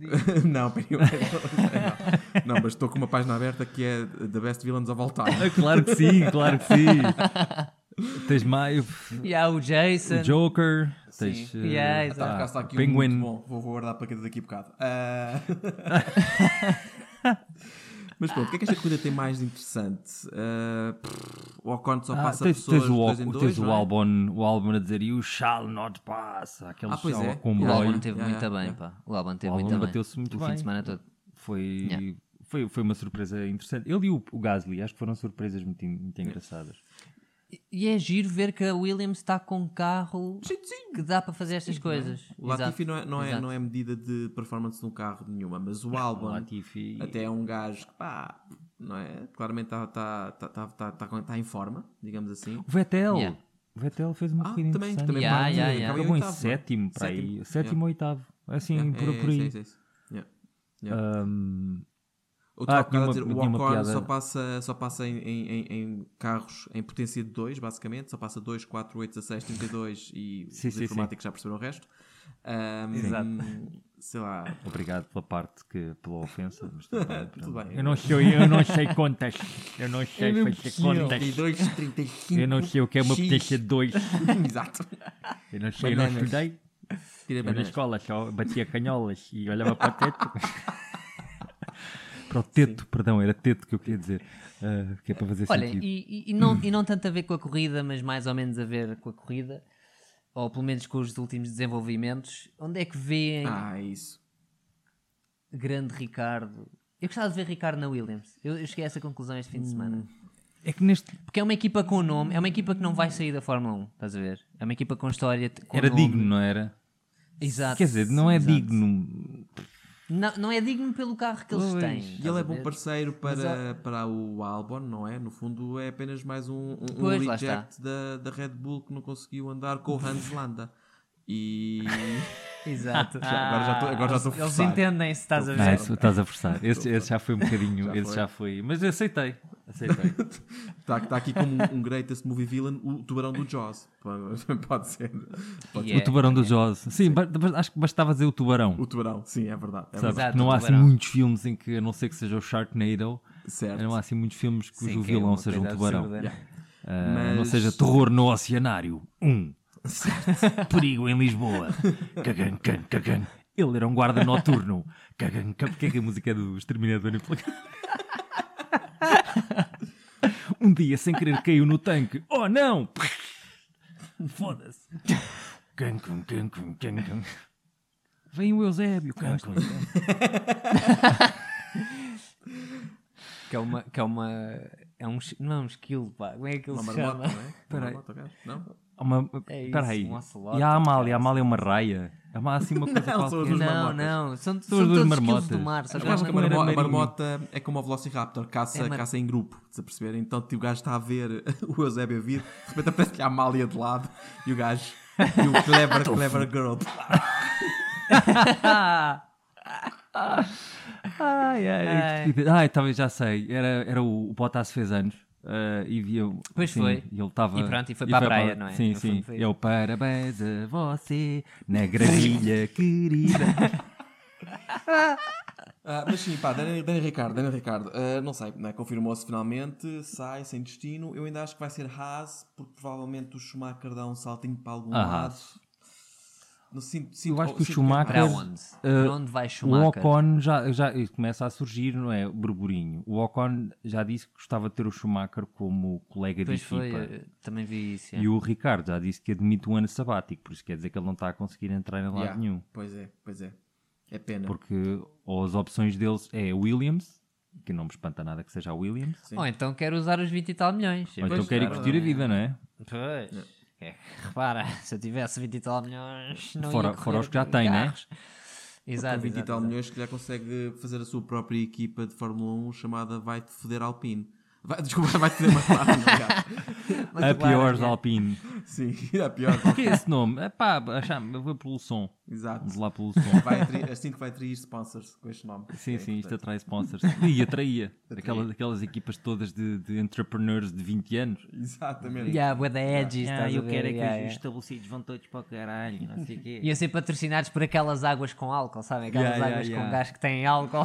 Speaker 1: não, peraí, eu não, sei, não. Não, mas estou com uma página aberta que é The Best Villains of All Time.
Speaker 3: Ah, claro que sim, claro que sim. Tens mais
Speaker 2: E há o Jason.
Speaker 3: o Joker, tens
Speaker 2: Sim.
Speaker 3: eh,
Speaker 2: Yeah,
Speaker 1: Está,
Speaker 2: exato.
Speaker 1: por
Speaker 3: pá,
Speaker 1: acaso está aqui
Speaker 3: Penguin.
Speaker 1: um muito bom. Vou, vou guardar para cada daqui a bocado. Ah. Mas pronto, o que é que esta corrida tem mais de interessante? Ah, pff, o Ocon só
Speaker 3: Ah,
Speaker 1: passa
Speaker 3: tens,
Speaker 1: pessoas
Speaker 3: tens
Speaker 1: de
Speaker 3: o, Al-
Speaker 1: dois em dois,
Speaker 3: tens o
Speaker 1: não é?
Speaker 3: Albon, o Albon a dizer You shall not pass. Aquele
Speaker 1: Ah, pois
Speaker 3: chá
Speaker 1: é.
Speaker 3: ao
Speaker 2: O
Speaker 3: comboio.
Speaker 2: Albon teve
Speaker 1: Yeah,
Speaker 2: muito
Speaker 1: yeah,
Speaker 2: bem,
Speaker 1: yeah.
Speaker 2: pá. O Albon teve
Speaker 3: O Albon
Speaker 2: muito bem.
Speaker 3: bateu-se muito
Speaker 2: o fim
Speaker 3: bem.
Speaker 2: de semana todo.
Speaker 3: Foi,
Speaker 2: Yeah.
Speaker 3: foi, foi uma surpresa interessante. Ele e o, o Gasly, acho que foram surpresas muito, en- muito engraçadas.
Speaker 2: E- E é giro ver que a Williams está com um carro
Speaker 1: Jeitinho.
Speaker 2: que dá para fazer estas coisas.
Speaker 1: O Latifi
Speaker 2: Exato.
Speaker 1: não é, não, é,
Speaker 2: Exato.
Speaker 1: não é medida de performance de um carro nenhuma, mas o
Speaker 3: O
Speaker 1: Albon
Speaker 3: Latifi.
Speaker 1: até é um gajo que pá, não é? Claramente está tá, tá, tá, tá, tá, com- tá em tá forma, digamos assim.
Speaker 3: O Vettel.
Speaker 2: Yeah.
Speaker 3: O Vettel fez uma
Speaker 1: Ah,
Speaker 3: corrida
Speaker 1: também-
Speaker 3: interessante.
Speaker 1: também
Speaker 2: Yeah, yeah, yeah.
Speaker 3: Acabou em
Speaker 1: Oitavo, não é?
Speaker 3: sétimo, para aí.
Speaker 1: Sétimo.
Speaker 3: Sétimo ou oitavo. Assim,
Speaker 1: Yeah,
Speaker 3: por,
Speaker 1: é, é
Speaker 3: por aí.
Speaker 1: isso, é isso. Yeah. Yeah.
Speaker 3: Hum,
Speaker 1: O
Speaker 3: Ah,
Speaker 1: Top
Speaker 3: tinha
Speaker 1: Gun
Speaker 3: uma-
Speaker 1: a dizer, o
Speaker 3: tinha uma
Speaker 1: Alcorn
Speaker 3: piada.
Speaker 1: só passa, só passa em, em- em- em carros em potência de 2, basicamente. Só passa 2, 4, 8, 16, 32 e
Speaker 3: Sim,
Speaker 1: os
Speaker 3: sim,
Speaker 1: informáticos já perceberam o resto. Ahm,
Speaker 3: Exato.
Speaker 1: Sei lá.
Speaker 3: obrigado pela parte que, pela ofensa. Mas tudo bem, É
Speaker 1: Tudo bem.
Speaker 3: Eu não sei, eu não sei contas. Eu não sei
Speaker 2: Eu não
Speaker 3: fazer
Speaker 2: sei.
Speaker 3: contas.
Speaker 1: 32, 35.
Speaker 3: Eu não sei o que é uma
Speaker 1: X.
Speaker 3: potência de dois.
Speaker 1: Exato.
Speaker 3: Eu não sei, eu não
Speaker 1: Bananas.
Speaker 3: estudei.
Speaker 1: Tira
Speaker 3: Eu na
Speaker 1: bananas.
Speaker 3: escola só batia canholas e olhava para o teto. para o teto, perdão, era teto que eu queria dizer. Ah, que é para fazer
Speaker 2: Olha,
Speaker 3: sentido.
Speaker 2: e, e- e não, e não tanto a ver com a corrida, mas mais ou menos a ver com a corrida, ou pelo menos com os últimos desenvolvimentos. Onde é que vêem
Speaker 1: Ah, isso.
Speaker 2: grande Ricardo? Eu gostava de ver Ricardo na Williams. Eu, eu cheguei a essa conclusão este fim de semana.
Speaker 1: Hum.
Speaker 3: É que neste.
Speaker 2: Porque é uma equipa com nome, é uma equipa que não vai sair da Fórmula 1, estás a ver? É uma equipa com história. Com
Speaker 3: Era
Speaker 2: nome.
Speaker 3: digno, não era?
Speaker 2: Exato.
Speaker 3: Quer dizer, não é
Speaker 2: Exato.
Speaker 3: digno.
Speaker 2: Não, não é digno pelo carro que eles
Speaker 3: Pois.
Speaker 1: E
Speaker 2: têm. estás
Speaker 1: ele
Speaker 2: a
Speaker 1: é bom
Speaker 2: ver?
Speaker 1: parceiro
Speaker 2: Mas
Speaker 1: para, para o Albon, não é? No fundo é apenas mais um, um, um
Speaker 2: Pois, lá
Speaker 1: reject da, da Red Bull que não conseguiu andar com o Hans Landa. E.
Speaker 2: Exato.
Speaker 1: Já- agora já tô- agora já estou
Speaker 2: Eles
Speaker 1: forçado.
Speaker 2: entendem se estás a
Speaker 3: Não,
Speaker 2: ver.
Speaker 3: esse- estás a forçar. Esse, esse já foi um bocadinho.
Speaker 1: Já
Speaker 3: esse
Speaker 1: foi.
Speaker 3: já foi. Mas eu aceitei. Aceitei.
Speaker 1: Está tá aqui como um, um greatest movie villain o tubarão do Jaws. Pode, pode ser. Pode
Speaker 2: Yeah.
Speaker 1: ser.
Speaker 3: o tubarão
Speaker 2: é.
Speaker 3: do Jaws. Sim, ba- ba- acho que bastava dizer o tubarão.
Speaker 1: O tubarão, sim, é verdade. É
Speaker 3: Sabes?
Speaker 1: verdade.
Speaker 2: Exato,
Speaker 3: Porque não
Speaker 2: o
Speaker 3: há assim
Speaker 2: tubarão.
Speaker 3: muitos filmes em que, a não ser que seja o Sharknado,
Speaker 1: Certo.
Speaker 3: não há assim muitos filmes cujo
Speaker 2: Sim, que é
Speaker 3: vilão
Speaker 2: uma
Speaker 3: seja um
Speaker 2: coisa
Speaker 3: tubarão.
Speaker 2: absurda. né?
Speaker 1: Yeah.
Speaker 3: Ah, Não
Speaker 1: Mas- é
Speaker 3: seja terror no oceanário. Um. Perigo em Lisboa. Cagan, can, cagan. Ele era um guarda noturno. Cagan, can. Porquê é que a música é do Exterminador Implacável? Um dia, sem querer, caiu no tanque. Oh, não! Foda-se. Can, can, can, can, can, can. Vem o Eusébio. Can, can, can.
Speaker 2: Que é uma. Que é uma é um, es- não é um esquilo, pá. Como é que ele
Speaker 1: Uma
Speaker 2: se
Speaker 1: marmota,
Speaker 2: chama?
Speaker 1: não é? Uma
Speaker 3: Peraí.
Speaker 1: marmota, gajo? Não?
Speaker 3: Uma...
Speaker 2: É isso,
Speaker 3: Espera aí.
Speaker 2: um ocelote,
Speaker 3: e a Amália?
Speaker 2: cara.
Speaker 3: A Amália é uma raia? A Amália é assim uma coisa
Speaker 1: Não, são as
Speaker 3: qualquer.
Speaker 1: duas
Speaker 2: Não,
Speaker 1: marmotas.
Speaker 2: não. São, são,
Speaker 3: as duas
Speaker 2: todos
Speaker 3: marmotas.
Speaker 2: esquilos do mar. Sabes
Speaker 1: Eu acho que a
Speaker 3: Não era
Speaker 1: marmo- a
Speaker 3: marinho.
Speaker 1: marmota é como o Velociraptor, caça,
Speaker 2: É mar-
Speaker 1: caça em grupo, se perceber. Então tipo, o gajo está a ver o Eusébio a vir, de repente aparece-lhe a Amália de lado e o gajo, e o clever, clever girl.
Speaker 3: Ai, ai,
Speaker 2: Ai.
Speaker 3: que estúpido. Ai, talvez já sei. Era, era o, o Bottas fez anos. ah, e viu.
Speaker 2: Pois foi.
Speaker 3: E ele estava.
Speaker 2: E pronto, e foi para a praia, não é?
Speaker 3: Sim,
Speaker 2: No
Speaker 3: sim.
Speaker 2: fundo foi isso.
Speaker 3: Eu parabéns a você na gravilha querida.
Speaker 1: Ah, mas sim, pá, Daniel, Daniel Ricardo, Daniel Ricardo, ah, não sei, né, confirmou-se finalmente, sai sem destino. Eu ainda acho que vai ser Haas, porque provavelmente o Schumacher dá um saltinho para algum
Speaker 3: Ah,
Speaker 1: lado.
Speaker 3: Haas.
Speaker 1: Não, sinto, sinto,
Speaker 3: acho que o
Speaker 1: sinto é
Speaker 3: Schumacher-
Speaker 2: Para onde? Para
Speaker 3: Ah,
Speaker 2: onde vai
Speaker 3: o
Speaker 2: Schumacher?
Speaker 3: Ocon é já, já começa a surgir, não é? O burburinho. O Ocon já disse que gostava de ter o Schumacher como colega
Speaker 2: Depois
Speaker 3: de
Speaker 2: foi.
Speaker 3: equipa.
Speaker 2: eh, Também vi isso. é.
Speaker 3: E o Ricardo já disse que admite um ano sabático, por isso quer dizer que ele não está a conseguir entrar em lado
Speaker 1: Yeah,
Speaker 3: nenhum.
Speaker 1: Pois é, pois é. É pena.
Speaker 3: Porque ou as opções deles é Williams, que não me espanta nada que seja a Williams,
Speaker 1: Sim.
Speaker 2: Ou então quero usar os 20 e tal milhões.
Speaker 3: ou então
Speaker 1: Pois,
Speaker 3: quer ir
Speaker 1: claro,
Speaker 3: curtir a vida, não é?
Speaker 2: Pois. É que, repara, se eu tivesse 20 e tal milhões, não
Speaker 3: Fora-
Speaker 2: ia correr
Speaker 3: fora os que já têm, né?
Speaker 2: carros. Exato.
Speaker 1: Com 20 e
Speaker 2: exato,
Speaker 1: tal
Speaker 2: exato.
Speaker 1: milhões que já consegue fazer a sua própria equipa de Fórmula 1 chamada Vai-te Foder Alpine. Vai, desculpa, vai-te foder McLaren. obrigado.
Speaker 2: Mas
Speaker 3: a
Speaker 2: o Lara
Speaker 3: pior
Speaker 1: é.
Speaker 2: quer-
Speaker 3: da Alpine.
Speaker 1: Sim, é a pior.
Speaker 3: O que é esse nome? Epá, achamos, eu vou pelo som.
Speaker 1: Exato.
Speaker 3: Vamos lá pelo som.
Speaker 1: Vai atri- assim que vai atrair sponsors com este nome.
Speaker 3: Sim,
Speaker 1: É
Speaker 3: sim, isto
Speaker 1: importante.
Speaker 3: atrai sponsors. E atraía. Aquelas, aquelas equipas todas de, de entrepreneurs de 20 anos.
Speaker 1: Exatamente.
Speaker 2: Yeah, with the edges, estás a ver,
Speaker 3: é
Speaker 2: yeah, yeah.
Speaker 3: estabelecidos vão todos para o caralho, não sei o quê.
Speaker 2: Iam ser patrocinados por aquelas águas com álcool, sabem? Aquelas
Speaker 3: Yeah, yeah,
Speaker 2: águas
Speaker 3: yeah.
Speaker 2: com gás que têm álcool.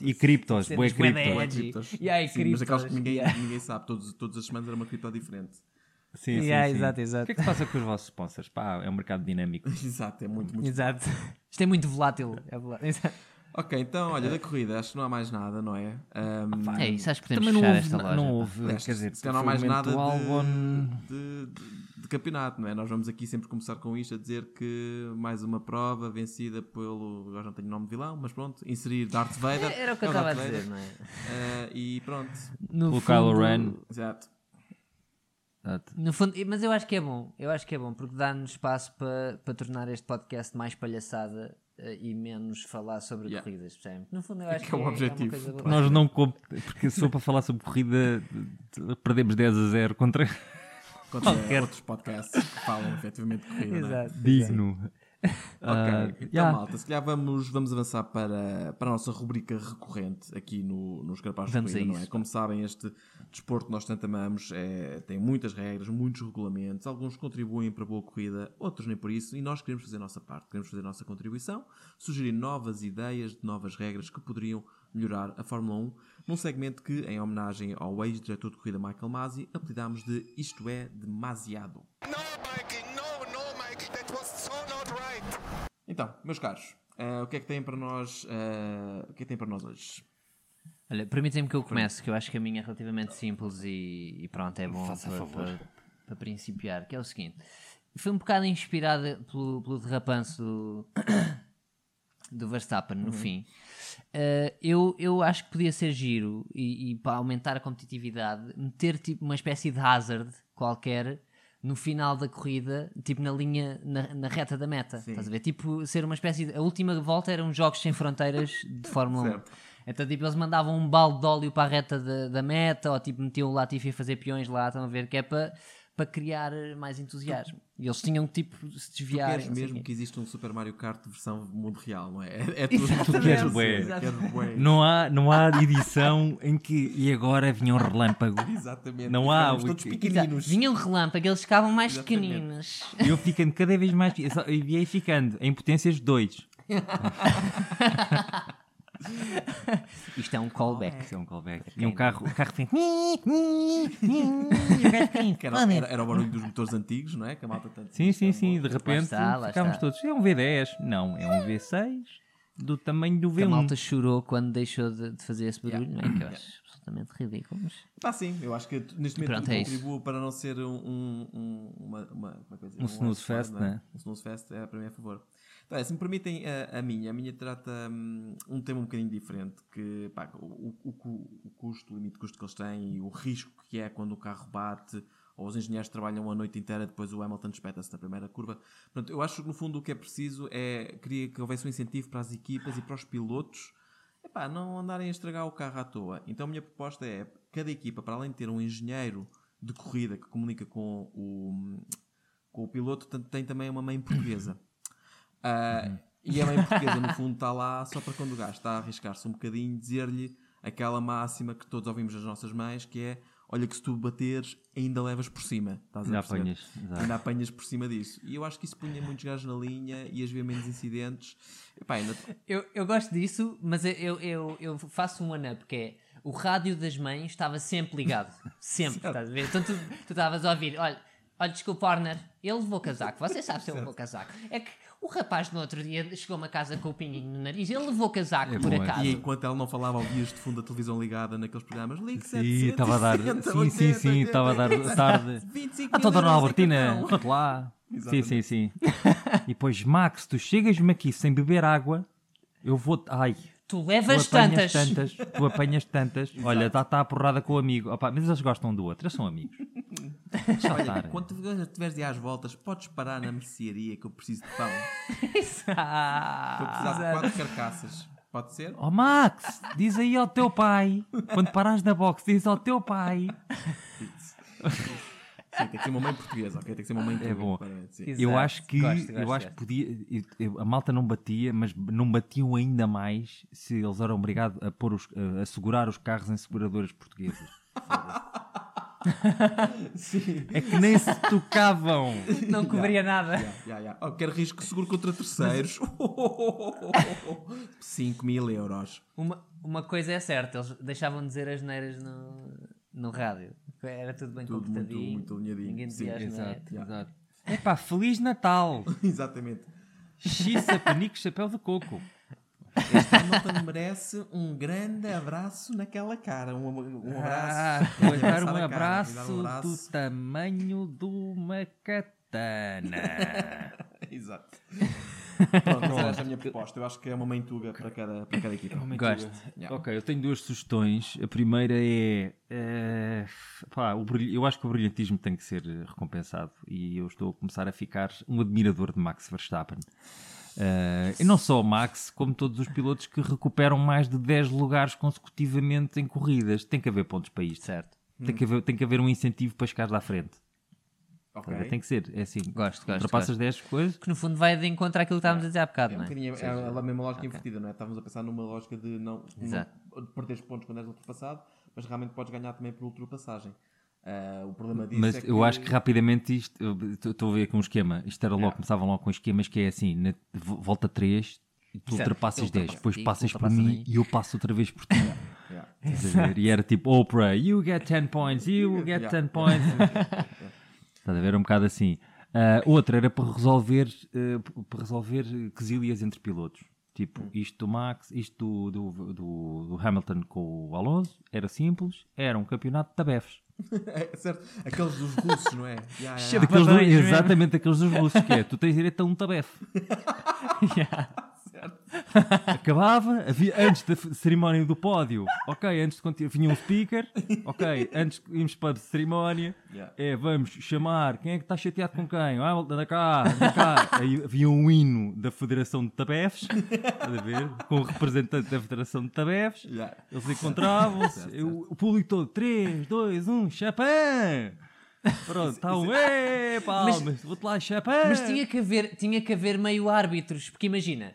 Speaker 3: e criptos, boé
Speaker 2: Cenas bué da
Speaker 3: criptos.
Speaker 2: edgy.
Speaker 1: Criptos.
Speaker 2: E aí,
Speaker 1: Sim, mas aquelas que
Speaker 2: criptos,
Speaker 1: ninguém,
Speaker 2: yeah.
Speaker 1: ninguém sabe. Todos, todas as semanas era uma cripto diferente.
Speaker 3: Sim,
Speaker 2: Yeah, exato, exato.
Speaker 3: O que é que se passa com os vossos sponsors? Pá, é um mercado dinâmico.
Speaker 1: Exato, é muito, muito.
Speaker 2: Exato. Isto é muito volátil. É, volátil. Exato.
Speaker 1: Ok, então, olha, da corrida, acho que não há mais nada, não é? Ahm,
Speaker 2: é isso, acho que podemos
Speaker 3: Também não
Speaker 2: fechar
Speaker 3: houve,
Speaker 2: esta
Speaker 3: na-
Speaker 2: loja. É,
Speaker 3: não houve,
Speaker 1: Aliás,
Speaker 3: quer dizer,
Speaker 1: se calhar não há mais
Speaker 3: foi o momento
Speaker 1: nada de,
Speaker 3: do Albon.
Speaker 1: de- de- de campeonato, não é? Nós vamos aqui sempre começar com isto a dizer que mais uma prova vencida pelo. Agora não tenho nome de vilão, mas pronto, inserir Darth Vader.
Speaker 2: Era o que eu
Speaker 1: É
Speaker 2: estava a
Speaker 1: Darth
Speaker 2: dizer,
Speaker 1: Vader.
Speaker 2: não é?
Speaker 1: Eh, e pronto,
Speaker 2: No
Speaker 3: Pelo Kylo Ren.
Speaker 1: exato.
Speaker 3: Exato.
Speaker 2: No fundo, mas eu acho que é bom, eu acho que é bom, porque dá-nos espaço para para tornar este podcast mais palhaçada eh, e menos falar sobre
Speaker 1: Yeah.
Speaker 2: corridas, percebem? No fundo, eu
Speaker 1: É
Speaker 2: acho
Speaker 1: que
Speaker 2: que,
Speaker 1: é o
Speaker 2: uma
Speaker 1: objetivo.
Speaker 2: coisa boa.
Speaker 3: Nós não. comp- Porque se for para falar sobre corrida, t- t- perdemos 10 a 0 contra.
Speaker 1: Contra outros podcasts que falam efetivamente de corrida. não é?
Speaker 2: Exato.
Speaker 3: Digno. Ah,
Speaker 1: Ok, então
Speaker 3: yeah.
Speaker 1: malta, se calhar vamos, vamos avançar para, para a nossa rubrica recorrente aqui no, nos Carapazes de
Speaker 2: Vamos
Speaker 1: Corrida,
Speaker 2: a
Speaker 1: não é?
Speaker 2: isso.
Speaker 1: Como sabem, este desporto que nós tanto amamos é, tem muitas regras, muitos regulamentos, alguns contribuem para boa corrida, outros nem por isso, e nós queremos fazer a nossa parte, queremos fazer a nossa contribuição, sugerir novas ideias de novas regras que poderiam melhorar a Fórmula 1, num segmento que, em homenagem ao ex-diretor de corrida Michael Masi, apelidámos de Isto é Demasiado.
Speaker 4: No, Mikey, no, no, Mikey, that was so not right.
Speaker 1: Então, meus caros, eh, o que é que têm para nós? eh, o que é que têm para nós hoje?
Speaker 2: Olha, permitem-me que eu comece, que eu acho que a minha é relativamente simples e, e pronto, é bom
Speaker 3: Faça
Speaker 2: para,
Speaker 3: favor.
Speaker 2: para- para principiar, que é o seguinte. Foi um bocado inspirada pelo, pelo derrapanço do, do Verstappen
Speaker 1: Uhum.
Speaker 2: no fim. Eh, eu, eu acho que podia ser giro e, e para aumentar a competitividade, meter tipo uma espécie de hazard qualquer no final da corrida, tipo na linha, na, na reta da meta. Estás a ver? Tipo, ser uma espécie de. A última volta eram Jogos Sem Fronteiras de Fórmula 1.
Speaker 1: Certo.
Speaker 2: Então, tipo, eles mandavam um balde de óleo para a reta da, da meta, ou tipo, metiam o Latifi a fazer peões lá, estão a ver, que é para, para criar eh, mais entusiasmo. E eles tinham que, tipo, se
Speaker 1: Tu
Speaker 2: desviar.
Speaker 1: queres
Speaker 2: não sei o
Speaker 1: mesmo
Speaker 2: quê.
Speaker 1: que exista um Super Mario Kart versão mundo real, não é? É, é tudo.
Speaker 2: Exatamente.
Speaker 1: tudo
Speaker 3: queres
Speaker 1: isso,
Speaker 3: bué.
Speaker 1: Queres bué.
Speaker 3: Não há, não há edição em que e agora vinha um relâmpago.
Speaker 1: Exatamente.
Speaker 3: Não há,
Speaker 1: Ficamos todos
Speaker 3: o-
Speaker 2: Exato.
Speaker 1: pequeninos.
Speaker 2: Vinha um relâmpago, eles ficavam mais
Speaker 1: Exatamente.
Speaker 2: pequeninos.
Speaker 3: E eu ficando cada vez mais. eu só- E aí ficando em potências 2.
Speaker 2: Isto é um callback.
Speaker 3: Isso é um callback. E um carro, o carro tem.
Speaker 1: Que era, era, era o barulho dos motores antigos, não é? Que a malta tanto. então,
Speaker 3: Sim, sim, sim. De repente
Speaker 2: está, lá
Speaker 3: ficámos
Speaker 2: está.
Speaker 3: todos. É um V10. Não, é um V6 do tamanho do
Speaker 2: Que a malta
Speaker 3: V1.
Speaker 2: chorou quando deixou de, de fazer esse barulho, não é? Que eu acho absolutamente ridículo. mas-
Speaker 1: Pá, sim, eu acho que tu- neste momento
Speaker 2: Pronto,
Speaker 1: tudo
Speaker 2: é isso.
Speaker 1: contribuo para não ser um, um- um- uma, uma, como é que eu ia dizer?
Speaker 3: Um snooze
Speaker 1: hardcore,
Speaker 3: fest,
Speaker 1: não
Speaker 3: né?
Speaker 1: Um snooze fest é para mim a favor. Então, é, se me permitem a, a minha, a minha trata hum, um tema um bocadinho diferente, que pá, o, o, cu- o custo, o limite de custo que eles têm e o risco que é quando o carro bate ou os engenheiros trabalham a noite inteira, depois o Hamilton espeta-se na primeira curva. Portanto, eu acho que no fundo o que é preciso é queria que houvesse um incentivo para as equipas e para os pilotos epá, não andarem a estragar o carro à toa. Então a minha proposta é, cada equipa, para além de ter um engenheiro de corrida que comunica com o, hum, com o piloto, tem- tem também uma mãe portuguesa. Ah, E a mãe portuguesa, no fundo, está lá só para quando o gajo está a arriscar-se um bocadinho, dizer-lhe aquela máxima que todos ouvimos das nossas mães, que é, olha que se tu bateres, ainda levas por cima. Estás a
Speaker 3: Já
Speaker 1: perceber?
Speaker 3: apanhas. exato.
Speaker 1: ainda apanhas por cima disso. E eu acho que isso punha muitos gajos na linha, ias ver menos incidentes. Epá, ainda...
Speaker 2: Eu, eu gosto disso, mas eu, eu, eu, eu faço um one-up, que é o rádio das mães estava sempre ligado. Sempre, estás a ver? Então tu tu estavas a ouvir, olha, olha, desculpa, Horner, ele levou casaco. Você sabe se ele levou casaco. É que o rapaz no outro dia chegou a casa com o pinguinho no nariz, ele levou casaco, por
Speaker 3: bom, é.
Speaker 2: acaso.
Speaker 1: E enquanto ela não falava, ouvias de fundo a televisão ligada naqueles programas. Ligue 760,
Speaker 3: Sim, estava a dar. Sim, sim, sim.
Speaker 1: 80,
Speaker 3: Estava a dar
Speaker 1: 80,
Speaker 3: tarde.
Speaker 1: 25
Speaker 3: Ah,
Speaker 1: mil
Speaker 3: então, Dona
Speaker 1: euros em
Speaker 3: Albertina,
Speaker 1: cartão.
Speaker 3: vamos lá. Sim,
Speaker 1: Exatamente.
Speaker 3: sim, sim. E depois, Max, tu chegas-me aqui sem beber água, eu vou. Ai,
Speaker 2: Tu
Speaker 3: tu
Speaker 2: levas
Speaker 3: apanhas
Speaker 2: tantas.
Speaker 3: tantas. tu apanhas tantas. Olha, está tá a porrada com o amigo. Opa, mas eles gostam do outro, eles são amigos. Deixa estar.
Speaker 1: Quando estiveres de ir às voltas, podes parar na mercearia que eu preciso de pão. Vou precisar de
Speaker 2: Exato.
Speaker 1: quatro carcaças. Pode ser?
Speaker 3: Ó Oh, Max, diz aí ao teu pai. Quando parares na box, diz ao teu pai.
Speaker 1: Sim, tem que ser uma mãe portuguesa, ok? Tem que ser uma mãe portuguesa.
Speaker 3: bom.
Speaker 1: para- sim.
Speaker 2: Exato.
Speaker 3: Eu acho que
Speaker 2: Gosto, gosto,
Speaker 3: eu acho que
Speaker 2: gosto.
Speaker 3: podia. eu- eu- a malta não batia, mas não batiam ainda mais se eles eram obrigados a, pôr os, a, a segurar os carros em seguradoras portuguesas. É que nem se tocavam.
Speaker 2: Não cobria nada.
Speaker 1: Ya, ya. Oh, quero risco seguro contra terceiros. 5 mil euros.
Speaker 2: Uma, uma coisa é certa, eles deixavam de dizer as neiras no, no rádio. Era tudo bem
Speaker 1: Tudo muito-
Speaker 2: comportadinho.
Speaker 1: muito alinhadinho.
Speaker 2: Ninguém dizia
Speaker 1: Sim,
Speaker 2: as neiras.
Speaker 1: É,
Speaker 3: Exato, exato. Epá, É Feliz Natal!
Speaker 1: Exatamente.
Speaker 3: Xissa, penico, chapéu de coco.
Speaker 1: Esta malta merece um grande abraço naquela cara. Um, um abraço.
Speaker 3: Ah, vou dar
Speaker 1: Abraçar
Speaker 3: um
Speaker 1: a cara,
Speaker 3: abraço,
Speaker 1: dar um abraço.
Speaker 3: do tamanho de uma katana.
Speaker 1: Exato. Pronto, essa era esta a minha proposta. Eu acho que é uma mãe tuga para cada, para cada
Speaker 3: É
Speaker 1: equipa.
Speaker 3: Gosto.
Speaker 1: Yeah.
Speaker 3: Ok, eu tenho duas sugestões. A primeira é. eh, pá, o brilho- eu acho que o brilhantismo tem que ser eh, recompensado e eu estou a começar a ficar um admirador de Max Verstappen. Eh, e não só o Max, como todos os pilotos que recuperam mais de 10 lugares consecutivamente em corridas. Tem que haver pontos para isto.
Speaker 2: Certo. Hum.
Speaker 3: Tem que haver, tem que haver um incentivo para chegar à frente.
Speaker 1: Ok.
Speaker 3: Estás a ver? Tem que ser, é assim.
Speaker 2: Gosto, gosto,
Speaker 3: Ultrapassas
Speaker 2: gosto.
Speaker 3: 10 coisas.
Speaker 2: Que no fundo vai de encontro àquilo que estávamos a dizer há bocado,
Speaker 1: É um
Speaker 2: não é?
Speaker 1: bocadinho
Speaker 2: Ou
Speaker 1: é
Speaker 2: seja,
Speaker 1: a mesma lógica
Speaker 2: ok.
Speaker 1: invertida, não é? Estávamos a pensar numa lógica de não,
Speaker 2: Exato.
Speaker 1: não de perderes pontos quando és ultrapassado, mas realmente podes ganhar também por ultrapassagem. Ah, o problema disso
Speaker 3: Mas
Speaker 1: é que...
Speaker 3: eu acho que rapidamente isto. eu estou- Estou a ver aqui um esquema. Isto era logo, começavam logo com esquemas que é assim: na vo- volta 3, tu
Speaker 2: Certo.
Speaker 3: ultrapassas
Speaker 2: Eu
Speaker 3: 10,
Speaker 2: ultrapasso
Speaker 3: depois
Speaker 2: ti,
Speaker 3: passas
Speaker 2: tu
Speaker 3: por
Speaker 2: ultrapassas
Speaker 3: mim
Speaker 2: mim.
Speaker 3: e eu passo outra vez por ti.
Speaker 1: Yeah.
Speaker 3: Estás a ver? E era tipo, Oprah, you get 10 points, you get
Speaker 1: Yeah.
Speaker 3: 10 points. Estás a ver? Um bocado assim. Ah, outra era para resolver, eh, p- para resolver eh, quesílias entre pilotos. Tipo, isto do Max, isto do, do, do- do Hamilton com o Alonso, era simples, era um campeonato de tabefes.
Speaker 1: É, certo, aqueles dos russos, não é? Yeah, yeah,
Speaker 2: Cheio
Speaker 1: yeah.
Speaker 2: de
Speaker 3: Aqueles do-
Speaker 2: Padrões mesmo.
Speaker 3: exatamente aqueles dos russos, que é, tu tens direito a um tabefe. Acabava, havia, antes da f- cerimónia do pódio, ok, antes de continuar, vinha um speaker, ok, antes de irmos para a cerimónia,
Speaker 1: Yeah.
Speaker 3: é, vamos chamar, quem é que está chateado com quem? Ah, anda cá, anda cá. Aí havia um hino da Federação de Tabefes, estás a ver? Com o representante da Federação de Tabefes,
Speaker 1: Yeah.
Speaker 3: eles encontravam-se, o o público todo, 3, 2, 1, Chapin! Pronto, está um, é, palmas, vou-te lá, Chapin!
Speaker 2: Mas tinha que, haver, tinha que haver meio árbitros, porque imagina,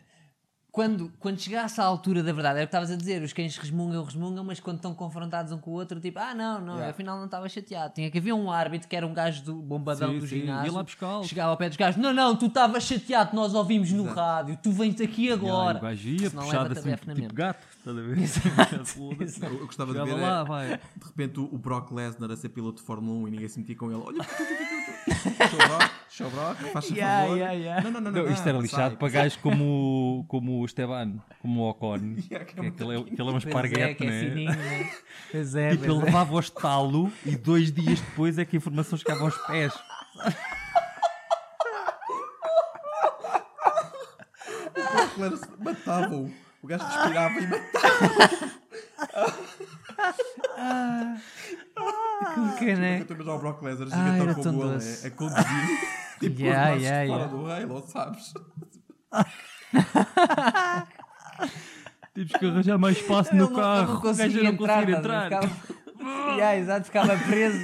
Speaker 2: quando, quando chegasse à altura da verdade, era o que estavas a dizer, os cães resmungam, resmungam, mas quando estão confrontados um com o outro, tipo, ah não, não,
Speaker 1: Yeah.
Speaker 2: afinal não estava chateado. Tinha que haver um árbitro que era um gajo do bombadão
Speaker 3: Sim,
Speaker 2: do
Speaker 3: sim,
Speaker 2: ginásio.
Speaker 3: ia lá buscá-los.
Speaker 2: Chegava ao pé dos gajos, não, não, tu estavas chateado, nós ouvimos no rádio, tu vens aqui
Speaker 3: E aí
Speaker 2: agora.
Speaker 3: o gajo ia,
Speaker 2: Senão
Speaker 3: puxado
Speaker 2: leva-te a
Speaker 3: assim,
Speaker 2: befe na
Speaker 3: tipo
Speaker 2: mesma.
Speaker 3: gato, estás a ver? Foda-se.
Speaker 1: Eu, eu gostava de
Speaker 3: Chegava
Speaker 1: ver,
Speaker 3: lá,
Speaker 1: é,
Speaker 3: vai.
Speaker 1: de repente, o, o Brock Lesnar a ser piloto de Fórmula 1 e ninguém se metia com ele. Olha, show Brock, show Brock, faz
Speaker 2: Yeah,
Speaker 1: favor.
Speaker 2: yeah, yeah.
Speaker 1: Não, não, não, não,
Speaker 3: Não, isto era
Speaker 1: não,
Speaker 3: lixado
Speaker 1: sai.
Speaker 3: para gajos como, o- como o Esteban, como o Ocon.
Speaker 1: Yeah, que é
Speaker 3: que é
Speaker 1: muito
Speaker 3: aquele, é, aquele é um
Speaker 2: Pois é,
Speaker 3: esparguete,
Speaker 2: que é
Speaker 3: né?
Speaker 2: fininho, né? Pois é,
Speaker 3: Tipo,
Speaker 2: pois
Speaker 3: ele
Speaker 2: é.
Speaker 3: levava ao estalo e dois dias depois é que a informação chegava aos pés.
Speaker 1: O Brock Lesnar matava-o. O gajo respirava e matava.
Speaker 2: Ah, Que
Speaker 1: Eu
Speaker 3: né?
Speaker 2: caneco.
Speaker 1: estou a imaginar o Brock Lesnar
Speaker 2: Ah, Né? era
Speaker 1: gigantão
Speaker 2: tão
Speaker 1: como ele
Speaker 2: doce.
Speaker 1: é, a conduzir. tipo, com os
Speaker 2: Yeah,
Speaker 1: braços
Speaker 2: yeah,
Speaker 1: de fora
Speaker 2: yeah.
Speaker 1: do rail, sabes?
Speaker 3: Tivemos que arranjar mais espaço no
Speaker 2: Ele
Speaker 3: carro. o gajo
Speaker 2: conseguia
Speaker 3: não conseguia
Speaker 2: estás a
Speaker 3: entrar.
Speaker 2: ver? Ficava... yeah, exato, ficava preso.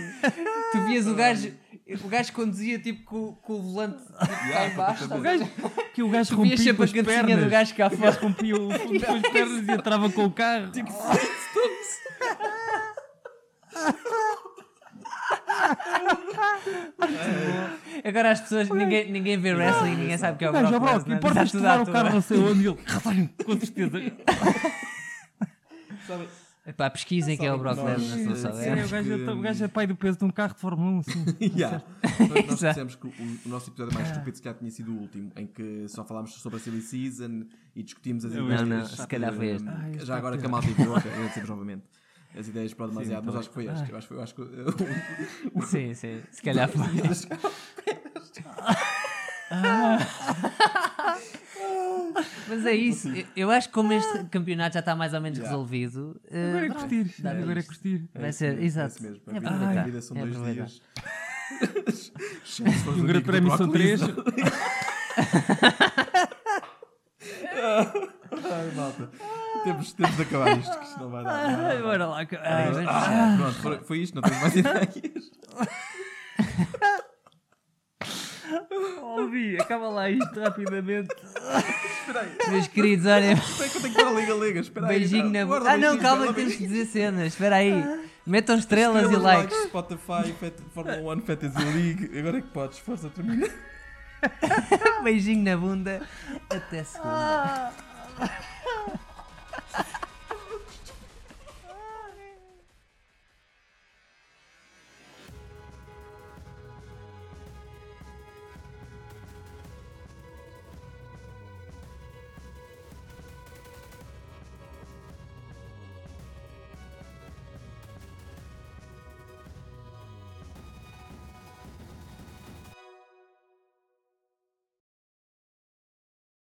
Speaker 2: tu vias o gajo, o gajo conduzia tipo com, com o volante tipo, cá em baixo.
Speaker 3: O
Speaker 2: estás a ver?
Speaker 3: gajo, que o gajo
Speaker 2: Tu vias
Speaker 3: rompia com
Speaker 2: sempre
Speaker 3: as
Speaker 2: a cabecinha
Speaker 3: pernas.
Speaker 2: do gajo cá
Speaker 3: O gajo
Speaker 2: fora.
Speaker 3: rompia o- com as pernas e entrava com o carro.
Speaker 2: Tipo, Agora as pessoas, ninguém, ninguém vê wrestling, ninguém sabe o que é o
Speaker 3: Gajo,
Speaker 2: Brock
Speaker 3: ó, Brock,
Speaker 2: Lesnar,
Speaker 3: importa-te
Speaker 2: está
Speaker 3: levar o
Speaker 2: tudo à
Speaker 3: carro
Speaker 2: toa.
Speaker 3: não sei onde? E Ele, com certeza.
Speaker 1: Sabem,
Speaker 2: Pá, pesquisem que é o
Speaker 1: Sabem
Speaker 2: Brock
Speaker 1: que nós-
Speaker 2: Lesnar, se não
Speaker 1: Sim,
Speaker 2: souber.
Speaker 3: Sério, o gajo é tão- o gajo é pai do peso de um carro de Fórmula 1, sim.
Speaker 1: Yeah. Nós- Nós
Speaker 2: Exato.
Speaker 1: dissemos que o, o nosso episódio mais estúpido se calhar tinha sido o último, em que só falámos sobre a Silly Season e discutimos as ideias.
Speaker 2: não, se calhar foi este.
Speaker 1: Já
Speaker 3: Ah, este
Speaker 1: agora que a malta enviou, ok, agradecemos novamente. As ideias para o demasiado, mas acho que foi este. Eu acho que foi, eu acho que, uh, o-
Speaker 2: Sim, sim, se calhar foi. Mas é isso, eu- eu acho que como este campeonato já está mais ou menos
Speaker 1: Yeah.
Speaker 2: resolvido, eh,
Speaker 3: Agora é
Speaker 2: pronto,
Speaker 3: curtir.
Speaker 2: dá-lhe
Speaker 3: Agora é
Speaker 2: isto.
Speaker 3: curtir.
Speaker 2: Vai
Speaker 1: isso
Speaker 2: ser,
Speaker 1: mesmo, é
Speaker 2: exato.
Speaker 1: isso mesmo.
Speaker 2: É
Speaker 1: A vida, a
Speaker 2: aproveitar,
Speaker 1: vida são
Speaker 2: é
Speaker 1: dois
Speaker 2: aproveitar.
Speaker 1: dias. Chefe, fores
Speaker 3: Um
Speaker 1: amigo
Speaker 3: grande
Speaker 1: do
Speaker 3: prémio são
Speaker 1: Brock
Speaker 3: três.
Speaker 1: Lesnar. Ai, Tá, malta. Temos, temos de acabar isto, que isto não vai dar. Não vai
Speaker 2: Ai,
Speaker 1: dar.
Speaker 2: bora lá. ca- ai, vamos-
Speaker 1: Ah, pronto, foi, foi isto, não tenho mais ideias.
Speaker 3: Ouvi, acaba lá isto rapidamente.
Speaker 2: Meus queridos, olhem,
Speaker 1: Espera que eu tenho que dar liga-liga, espera aí. tá.
Speaker 2: beijinho
Speaker 1: Guarda
Speaker 2: na
Speaker 1: o
Speaker 2: boca. Ah, não,
Speaker 1: beijinho,
Speaker 2: calma
Speaker 1: guarda
Speaker 2: que
Speaker 1: o
Speaker 2: temos que
Speaker 1: beijinho. Ah.
Speaker 2: dizer cenas. Espera aí. Metam estrelas,
Speaker 1: Estrelas,
Speaker 2: e likes.
Speaker 1: um Spotify, Fet- Fórmula 1, Fantasy League. Agora é que podes, força, termina.
Speaker 2: Beijinho na bunda. Até segunda.